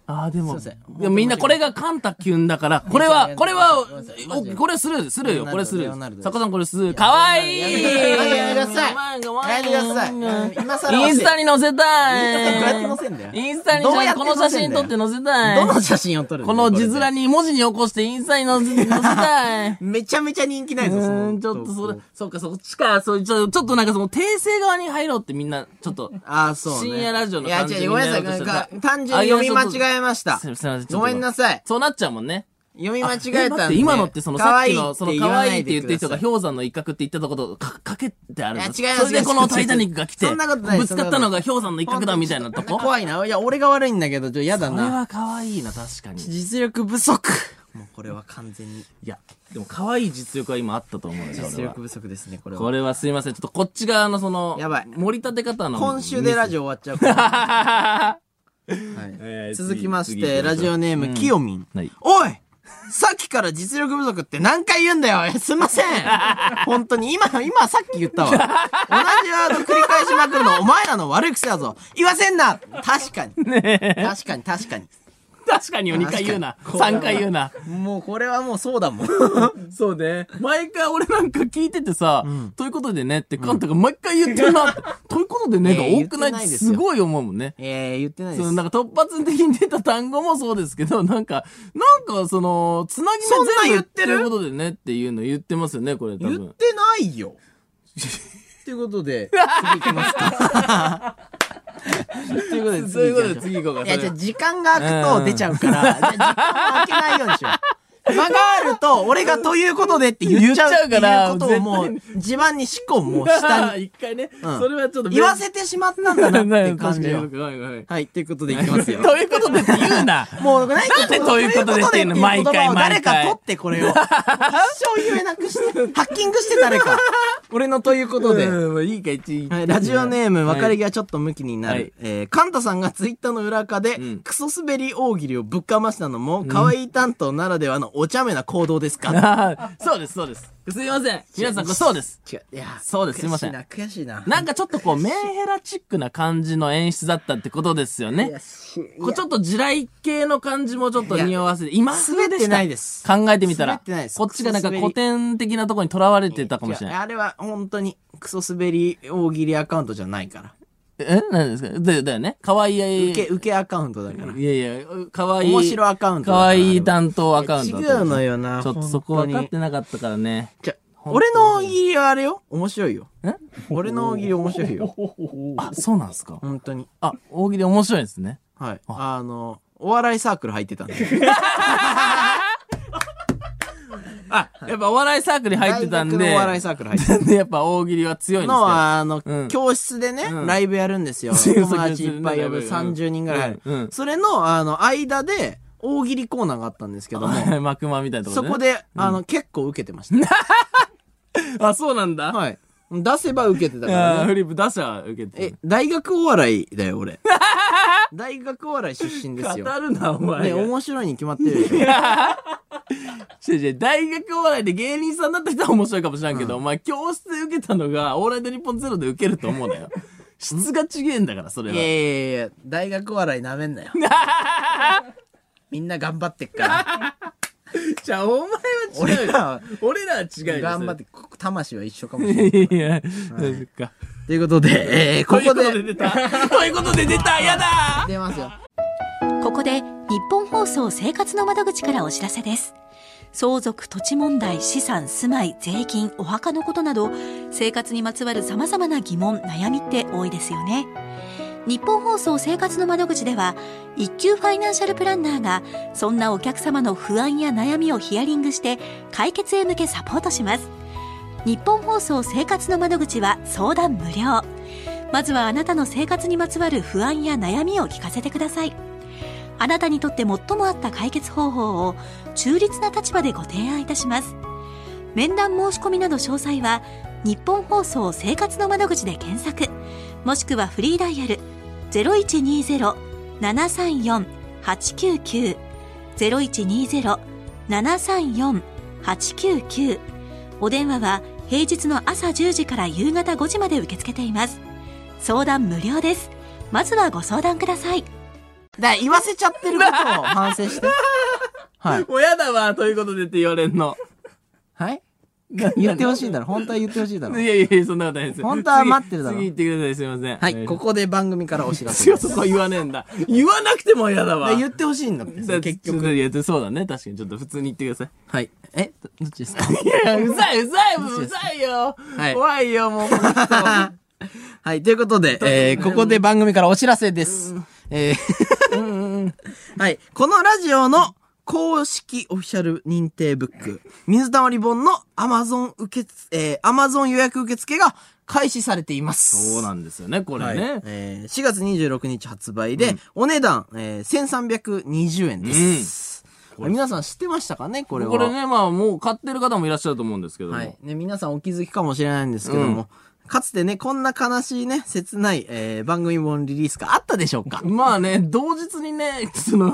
S1: ああ、でも。
S2: すいません
S1: でもみんなこれがカンタキュンだから、これは、これは
S2: ごめんなさい、
S1: おこれスルー、スルーよ、
S2: レオナルド
S1: これスル
S2: レオナル
S1: ー。
S2: ド
S1: サコさんこれスルー。かわいい
S2: やめてやめてくださいやめてください今更
S1: インスタに載せたい。
S2: どうやって載せんだよ
S1: インスタに
S2: どうやって
S1: この写
S2: 載せ
S1: 真
S2: んだ
S1: 撮
S2: よ
S1: って載せたい。
S2: どの写真を撮る。
S1: この字面に文字に起こしてインスタに載せ載せたい
S2: めちゃめちゃ人気ないうぞ、そ
S1: ー
S2: の
S1: ん、ちょっとそれ
S2: 投稿、
S1: そうか、そっちか、そう、ちょちょっとなんかその訂正側に入ろうってみんな、ちょっ と。
S2: あー、そうね。
S1: 深夜ラジオの
S2: いや、
S1: 感じ
S2: 違う、ごめんなさい。
S1: みん
S2: な
S1: なやろ
S2: ん
S1: うとして
S2: か
S1: た、
S2: 単純に読み間違えました
S1: すい。ません、ちょっと
S2: ごめんなさい。
S1: そうなっちゃうもんね。
S2: 読み間違えたんで。
S1: あえ待って今のってその
S2: 可
S1: さっ
S2: 愛
S1: き
S2: い
S1: の、その
S2: 言
S1: 可
S2: わな
S1: 愛い
S2: い
S1: って言ってる人が
S2: でください
S1: 氷山の一角って言ったとことかかけてあるの
S2: いや違います
S1: それでこ
S2: 違い
S1: の
S2: ます
S1: タイタニックが来て、
S2: そんなことない
S1: ぶつかったのが氷山の一角だみたいなとこ。こ
S2: 怖いな。いや、俺が悪いんだけど、ちょ、やだ
S1: れ
S2: な。
S1: は可愛いな、確かに。
S2: 実力不足。もうこれは完全に
S1: いや、でも可愛い実力は今あったと思うんですよ、
S2: 実
S1: 俺は
S2: 力。不足ですね、これ
S1: こ
S2: は。
S1: れはすいません。ちょっとこっち側のその、
S2: やばい
S1: 盛り立て方の。
S2: 今週でラジオ終わっちゃうから。は
S1: えー
S2: い、続きまし
S1: 次次
S2: て、
S1: 行きましょう
S2: ラジオネーム、きよみん。
S1: オ。はい。
S2: おいさっきから実力不足って何回言うんだよえすいません本当に今、今さっき言ったわ。同じワード繰り返しまくるのお前らの悪い癖だぞ言わせんな確かに。確かに 確かに。
S1: 確かによ、2回言うな。3回言うな。
S2: もうこれはもうそうだもん。
S1: そうね。毎回俺なんか聞いててさ、ということでねって、カンタが毎回言ってる なって、ということでねが多くない
S2: いや言ってない
S1: っ
S2: で
S1: て
S2: すよ
S1: すごい思うもんね。
S2: えー、言ってないで
S1: そ
S2: す。
S1: のなんか突発的に出た単語もそうですけど、 なんか、なんかその、つなぎ
S2: そん
S1: 目
S2: な
S1: 全部
S2: 言ってる
S1: ということでねっていうの言ってますよね、これ多
S2: 言っ
S1: 分。
S2: てないよ。ということで、次行きますか。ということで、
S1: ということ
S2: 次
S1: で
S2: 行きまし
S1: 次行
S2: ょ
S1: こうか。
S2: う。いや、
S1: それ
S2: じゃあ時間が空くと出ちゃうから、じゃあ時間は空けないようにしよう。間があると、俺がということでって言っちゃうって
S1: 言っちゃ
S2: いうう
S1: か
S2: こ
S1: ら
S2: とをもう、自慢にしこう、もう下に。
S1: 一回ね、
S2: ん
S1: それはちょっと
S2: 言わせてしまったんだなって感 じ
S1: 確
S2: よ。
S1: かにはいはい
S2: はい、ということでいきますよ。
S1: ということでって言うな。
S2: もう、なん
S1: なんでということでっていうの毎回毎回
S2: 誰か取ってこれを。一生言えなくして、ハッキングして誰か。俺のということで。
S1: うん、もういいか、一
S2: はい、ラジオネーム、
S1: はい
S2: 分かりがちょっと向きになる。
S1: はい
S2: えー、カンタさんがツイッターの裏垢で、
S1: ん
S2: クソ滑り大喜利をぶっかましたのも、可愛い担当ならではのお茶目な行動ですか、
S1: あーそうです、そうです。すいません。 皆さん、これそうです。
S2: 違う。いや、
S1: そうですすいません
S2: 悔しいな、悔しいな。
S1: なんかちょっとこう、メンヘラチックな感じの演出だったってことですよね。こうちょっと地雷系の感じもちょっと匂わせて、今風
S2: 滑
S1: で
S2: っ
S1: してた
S2: ないです。
S1: 考えてみたら、
S2: 滑ってないです
S1: こっちがなんか
S2: クソ滑
S1: 古
S2: り
S1: 典的なところにとらわれてたかもしれ
S2: 違う
S1: ない。
S2: あれは、本当に、クソ滑り大喜利アカウントじゃないから。
S1: え何ですかだだよね。可愛い
S2: 受け、受けアカウントだから。
S1: いやいや、可愛い
S2: 面白アカウントだ
S1: 可
S2: から
S1: 愛い担当アカウン
S2: 違
S1: トだった
S2: うのよな。
S1: ちょっとそこ
S2: 本
S1: 分
S2: 当に
S1: かってなかったからね。
S2: じゃ俺の大喜利はあれよ面白いよ。俺の大喜利面白いよ。
S1: あ、そうなんですか。
S2: 本当に。
S1: あ、大喜利面白いですね。
S2: はい。あの、お笑いサークル入って たんで。
S1: あ、やっぱお笑いサークルに入ってたん
S2: 大学
S1: で
S2: のお、笑いサークル入ってた。
S1: で、やっぱ大喜利は強いんです
S2: の
S1: よ。
S2: は、あの、
S1: うん
S2: 教室でね、
S1: うん
S2: ライブやるんですよ。
S1: そうそう
S2: 友達いっぱい呼ぶ
S1: そうそう
S2: 30人ぐらいある、
S1: うんうん
S2: それの、あの、間で、大喜利コーナーがあったんですけども、
S1: マクマみたいなとこ
S2: そ
S1: ろ
S2: こで、あの、結構受けてました。
S1: あ、そうなんだ。
S2: はい。出せば受けてたか
S1: あ
S2: ら
S1: ー
S2: ね。
S1: フリップ出しゃ受けて
S2: え。、大学お笑いだよ、俺。大学お笑い出身です よ。
S1: 語るな、お前
S2: ね、
S1: が。
S2: 面白いに決まってるでしょ。
S1: 違う違う大学お笑いで芸人さんだった人は面白いかもしれんけど、お前教室で受けたのが、オールナイトニッポンゼロで受けると思うなよ。質が違えんだから、それ
S2: いや
S1: は。
S2: いやいやいや、大学笑いなめ んなよ。みんな頑張ってっ から。
S1: じゃあ、お前は違う
S2: 俺
S1: よ。
S2: らは
S1: 俺らは違うよ。
S2: 頑張って、ここ魂は一緒かもしれ ない。
S1: て。いや、大丈夫か。
S2: ということで、えー、
S1: と
S2: こ
S1: いう
S2: こ
S1: ことで
S2: で
S1: 出た。ということで出た。やだ
S2: 出ますよ。
S4: ここで日本放送生活の窓口からお知らせです。相続、土地問題、資産、住まい、税金、お墓のことなど、生活にまつわる様々な疑問、悩みって多いですよね。日本放送生活の窓口では、一級ファイナンシャルプランナーが、そんなお客様の不安や悩みをヒアリングして、解決へ向けサポートします。日本放送生活の窓口は相談無料。まずはあなたの生活にまつわる不安や悩みを聞かせてください。あなたにとって最も合った解決方法を中立な立場でご提案いたします面談申し込みなど詳細は日本放送生活の窓口で検索もしくはフリーダイヤル0120-734-899 0120-734-899お電話は平日の朝10時から夕方5時まで受け付けています相談無料ですまずはご相談ください
S2: だから言わせちゃってることを反 省して。はい。
S1: もうやだわ、ということでって言われんの。
S2: はい
S1: い
S2: 言ってほしいだろ。本当は言ってほしいだろ。
S1: やいやいや、そんなことないです。
S2: 本当は待ってるだろ
S1: 次次行ってください、すいません。
S2: はい、こ
S1: こ。
S2: こで番組からお知らせ
S1: 強
S2: で
S1: そ
S2: す。だか
S1: こ言わねえんだ。言わなくてもやだわ。
S2: ら言ってほしいんだって、
S1: だ
S2: 結局。。
S1: いや、そうだね。確かに、ちょっと普通に言ってください。
S2: はい。え、どどっ ちですか
S1: いや、うざい、うざい、うざいよ。
S2: はい
S1: 怖いよ、 もうこの人。
S2: はい、ということで、えー、ここで番組からお知らせです。えー、はい、このラジオの公式オフィシャル認定ブック、水溜りボンの Amazon 受けつ、えー、Amazon 予約受付が開始されています。
S1: そうなんですよね、これ
S2: はい
S1: ね。
S2: えー4月26日発売で、お値段、えー、1320円です。
S1: れ
S2: 皆さん知ってましたかねこれは。
S1: これね、まあもう買ってる方もいらっしゃると思うんですけども。
S2: はい。ね、皆さんお気づきかもしれないんですけども、かつてね、こんな悲しいね、切ない、えー、番組本リリースがあったでしょうか
S1: まあね、同日にね、その、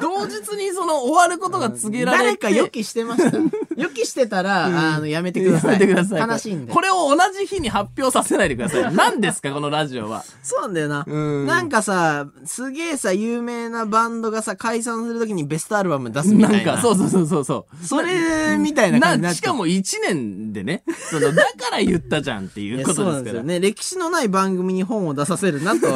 S1: 同日にその終わることが告げられて。
S2: 誰か予期してま した。予期してたら、あの、やめてください。
S1: やめてください。
S2: 悲しいんで。
S1: これを同じ日に発表させないでくだ さい。何ですか、このラジオは。
S2: そうなんだよな。
S1: うん
S2: なんかさ、すげえさ、有名なバンドがさ、解散するときにベストアルバム出すみた
S1: ないん
S2: な。
S1: か、そうそうそうそうそう。
S2: それみたいな感じになっちゃう
S1: しかも1年でね、その、だから言ったじゃんってい
S2: いうや
S1: こ
S2: そうな
S1: とで
S2: んですす
S1: から。
S2: よね。歴史のない番組に本を出させるなと、ね、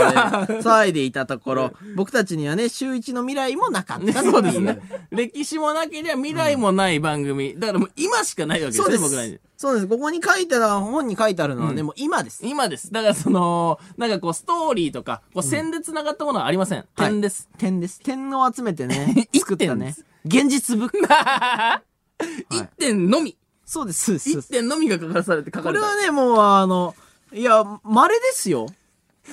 S2: 騒いでいたところ、僕たちにはね、週一の未来もなかったってい
S1: そうですね。歴史もなければ未来もない番組。だからもう今しかないわけです
S2: そう
S1: ね、
S2: です。
S1: 僕らに。
S2: そうです。ここに書いてある、本に書いてあるのはね、もう今です。
S1: 今です。だからその、なんかこう、ストーリーとか、こう、線で繋がったものはありません。
S2: はい
S1: 点です。、
S2: 点です。点を集めてね
S1: 一点です
S2: 作ったね。現実ブック。 い
S1: 1点のみ。
S2: そうです。そうですそ
S1: 1
S2: うです
S1: 点のみが書かされて書か
S2: こ
S1: れ
S2: れ
S1: た。
S2: はね、もうあの、いや、稀ですよ。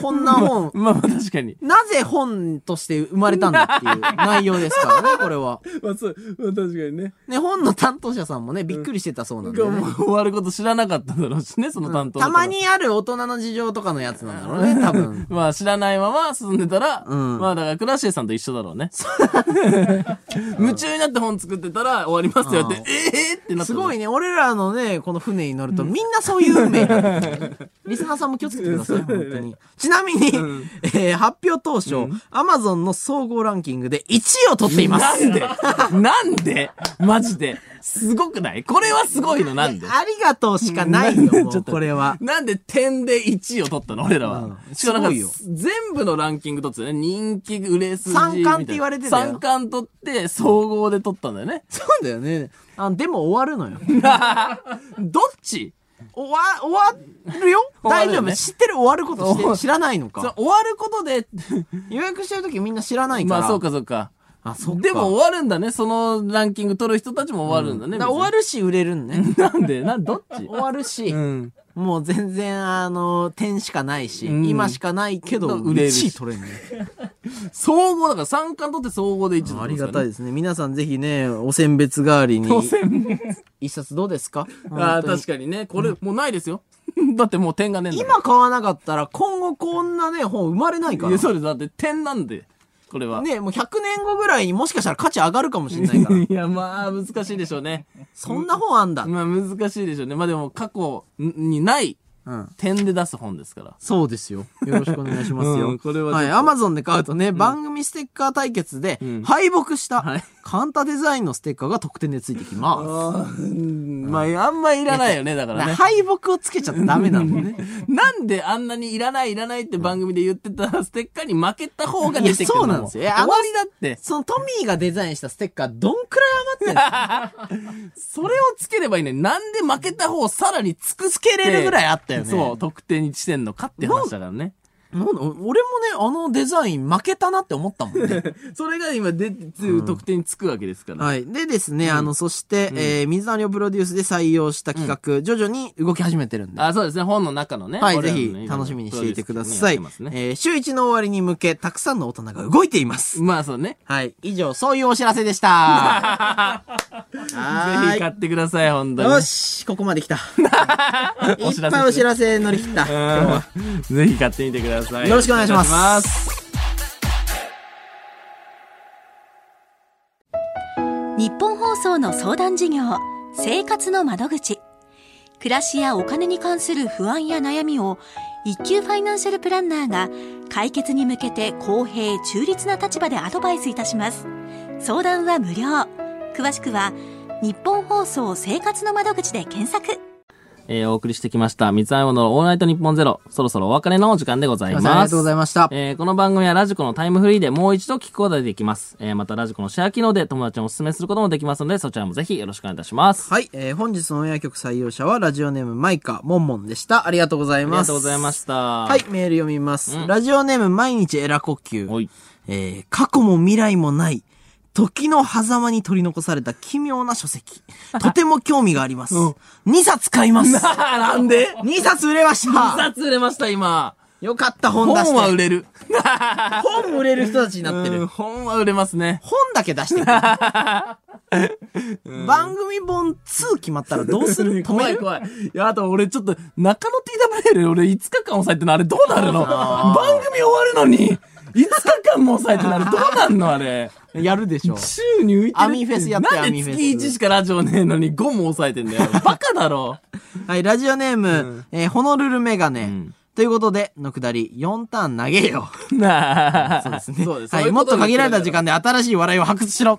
S2: こんな 本。
S1: まあまあ確かに。
S2: なぜ本として生まれたんだ っていう内容ですからね、これは。
S1: まあそう、まあ確かにね。
S2: ね、本の担当者さんもね、びっくりしてたそうなんで、ね
S1: もう終わること知らなかっただろうしね、その担当の方
S2: たま。にある大人の事情とかのやつなんだろうね、多分。
S1: まあ知らないまま進んでたら、
S2: うん
S1: まあだからクラシエさんと一緒だろう ね。 夢中になって本作ってたら終わりますよって、ええー、ってなった
S2: す
S1: の
S2: ごいね、俺らのね、この船に乗るとみんなそういう運命なん だよねリスナーさんも気をつけてください、本当に。ちなみに、えー発表当初、Amazon の総合ランキングで1位を取っています。
S1: なんでなんでマジで。すごくないこれはすごいのなんで
S2: ありがとうしかないよ、も
S1: ちょっ
S2: う
S1: と
S2: これは。
S1: なんで点で1位を取ったの俺らは。
S2: うん
S1: しかもなんか
S2: すごいよ
S1: 全部のランキング取ってたよね。人気、売れ筋みたいな。
S2: 三冠って言われてたよ
S1: 三冠取って、総合で取ったんだよね。
S2: そうだよね。あでも終わるのよ。
S1: どっち
S2: 終わ、終わるよ
S1: 終わ
S2: 大
S1: る
S2: 丈
S1: よね
S2: 夫。知ってる終わることしてる知らないの
S1: それ
S2: か。
S1: 終わることで、
S2: 予約してるときみんな知らないから。
S1: まあそう。かそうか。
S2: あ、そうか。
S1: でも終わるんだね。そのランキング取る人たちも終わるんだね。
S2: だから終わ
S1: る
S2: るし、売れるんね。
S1: なんでなんどっち
S2: 終わるし、
S1: うん。
S2: もう全然、あの、点しかないし、
S1: うん
S2: 今しかないけど、
S1: 売れるし
S2: 1位取れるね。
S1: 総合だから三冠取って総合で一位
S2: ありがたい
S1: い。
S2: ですね。皆さんぜひね、お選別代わりに、
S1: 当選。
S2: 一冊どうですか
S1: ああ、
S2: 本当に
S1: 確かにね。これ、もうないですよ。 だってもう点がねえんだもん
S2: 今買わなかったら、今後こんなね、本生まれないか
S1: いや、
S2: ら。
S1: そうです。だって点なんで、これは。
S2: ね、もう100年後ぐらいにもしかしたら価値上がるかもしれない から。
S1: いや、まあ、難しいでしょうね。
S2: そんな本あんだ。
S1: まあ、難しいでしょうね。まあでも、過去にない
S2: うん。
S1: 点で出す本ですから。
S2: そうですよ。よろしくお願いしますよ。
S1: うんこれはちょっ
S2: はい。
S1: と
S2: Amazon で買うとね、番組ステッカー対決で、敗北した、カンタデザインのステッカーが特典でついてきま
S1: まあ、あんまいらないよね、だか
S2: す。
S1: らね。
S2: 敗北をつけちゃダメなんだね。
S1: なんであんなにいらないいらないって番組で言ってたステッカーに負けた方が出てくるの
S2: いやそうなんですよい
S1: 終
S2: や
S1: わ
S2: あの
S1: りだって。
S2: そのトミーがデザインしたステッカー、どんくらい余って
S1: それをつければいいね。なんで負けた方をさらに尽くすけ
S2: るのつけれるぐらいあったよね。
S1: そう、得点にしてんのかって話だからね。
S2: う。なんだ俺もね、あのデザイン負けたなって思ったもんね。
S1: それが今で、得点につくわけですから。
S2: はい。でですね、あの、そして、えー、水谷をプロデュースで採用した企画、徐々に動き始めてるんで。
S1: あ、そうですね。本の中のね。
S2: はい、
S1: 我
S2: ぜ
S1: 々のね
S2: ひ楽しみにしていてくださ
S1: や
S2: い。
S1: ってますね
S2: えー週一の終わりに向け、たくさんの大人が動いています。
S1: まあそうね。
S2: はい、以上、そういうお知らせ でした。は
S1: ぜひ
S2: ー
S1: 買ってください、本当
S2: い。
S1: に。
S2: よし、ここまで来た。い
S1: お知らせ
S2: っぱいお知らせ乗り切った。
S1: う
S2: 今日は
S1: ん ぜひ買ってみてください。
S2: よろしくお願いします。
S4: 日本放送の相談事業生活の窓口暮らしやお金に関する不安や悩みを一級ファイナンシャルプランナーが解決に向けて公平中立な立場でアドバイスいたします相談は無料詳しくは日本放送生活の窓口で検索
S1: えーお送りしてきました、三つ編のオールナイトニッポンゼロ。そろそろお別れのお時間でござい
S2: あ
S1: ま
S2: り
S1: す。
S2: がとうございました。
S1: えーこの番組はラジコのタイムフリーでもう一度聞くことができます。えーまたラジコのシェア機能で友達にお勧めすることもできますので、そちらもぜひよろしくお願いいたします。
S2: はい、えー本日のオンエア曲採用者は、ラジオネームマイカ、モンモンでした。ありがとうござい
S1: ありが
S2: ます。
S1: とうございました。
S2: は。、
S1: はい
S2: メール読みます。ラジオネーム毎日エラ呼
S1: お
S2: 吸。
S1: い。
S2: えー過去も未来もない、時の狭間に取り残された奇妙な 書籍。とても興味があります。2冊買います。
S1: なんで
S2: 2冊売れました
S1: 二冊売れました、今。
S7: よかった、本出して。
S1: 本は売 れる。
S7: 本売れる人たちになって
S1: う
S7: る
S1: ん。本は売れますね。
S7: 本だけ出してくる。番組本2決まったらどうする止
S1: 怖
S7: め
S1: い
S7: る
S1: 怖い。いや、あと俺ちょっと、中野 TWL 俺5日間抑えてのあれどうなるの番組終わるのに、5日間も抑えてなるどうなんのあ れ。
S2: やるでしょ。
S1: 週に浮いてるって。
S2: アミフェスやって
S1: な
S2: ア
S1: ん
S2: ミ
S1: で
S2: フェス
S1: 月1しかラジオねえのに5も抑えてんだよ。バカだろ。
S2: はい、ラジオネーム、えーホノルルメガネ。
S1: ん
S2: ということで、のくだり、4ターン投げよ。
S1: なあ。
S2: そうですね。
S1: そうです。
S2: はい、もっと限られた時間で新しい笑いを発掘 しろ。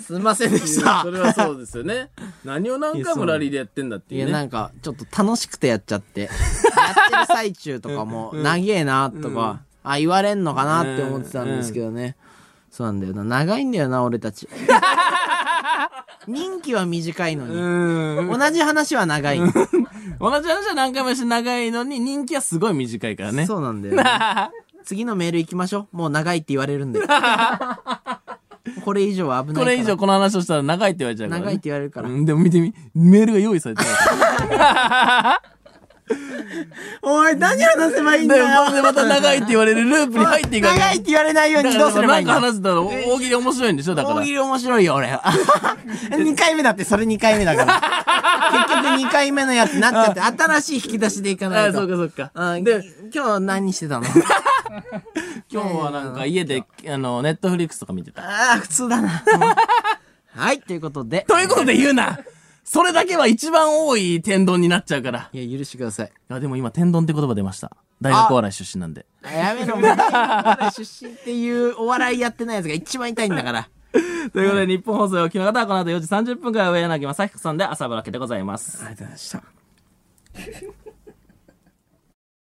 S2: すいませんでし
S1: さ
S2: た
S1: そ。れはそうですよね。何を何回もラリーでやってんだって
S2: い
S1: い
S2: や、
S1: うね。
S2: なんか、ちょっと楽しくてやっちゃって。やってる最中とかも、長えな、とか、あ、言われんのかなって思ってたんですけどね。そうなんだよな。長いんだよな、俺 たち。任期は短いの
S1: う
S2: に。
S1: ん。
S2: 同じ話は長い。
S1: 同じ話は何回もして長いのに人気はすごい短いからね。
S2: そうなんだ よね。次のメール行きましょう。もう長いって言われるんで。これ以上は危ない
S1: こ
S2: から。
S1: れ以上この話をしたら長いって言われちゃうから、ね。
S2: 長いって言われるから。
S1: うん、でも見てみ。メールが用意されてないか ら。
S2: おい、何話せばいいんだ
S1: で
S2: よ。
S1: またまた長いって言われるループに入っていか
S2: 長
S1: ないい。
S2: って言われないようにどうすればいいんだ
S1: なんか話したら大喜利面白いんでしょだから。
S2: 大喜利面白いよ、俺。2回 目だって、それ2回目 だから。結局2回目のやつになっちゃって、新しい引き出しでいか
S1: あ
S2: ない
S1: そう
S2: と。
S1: かそうか。
S2: うん
S1: で、
S2: 今日何して たの
S1: 今日はなんか家で、あの、ネットフリックスとか見てた。
S2: ああ、普通だな。はい、ということで。
S1: ということで言うなそれだけは一番多い天丼になっちゃうから。
S2: いや、許してください。
S1: いや、でも今天丼って言葉出ました。大学お笑い出身なんで。
S2: やめ ろ、もう。出身っていうお笑いやってないやつが一番痛いんだから。
S1: ということで、日本放送をお聞きの方はこの後4時30分から上柳正彦さんで朝ぶらけでございます。
S2: ありがとうございました。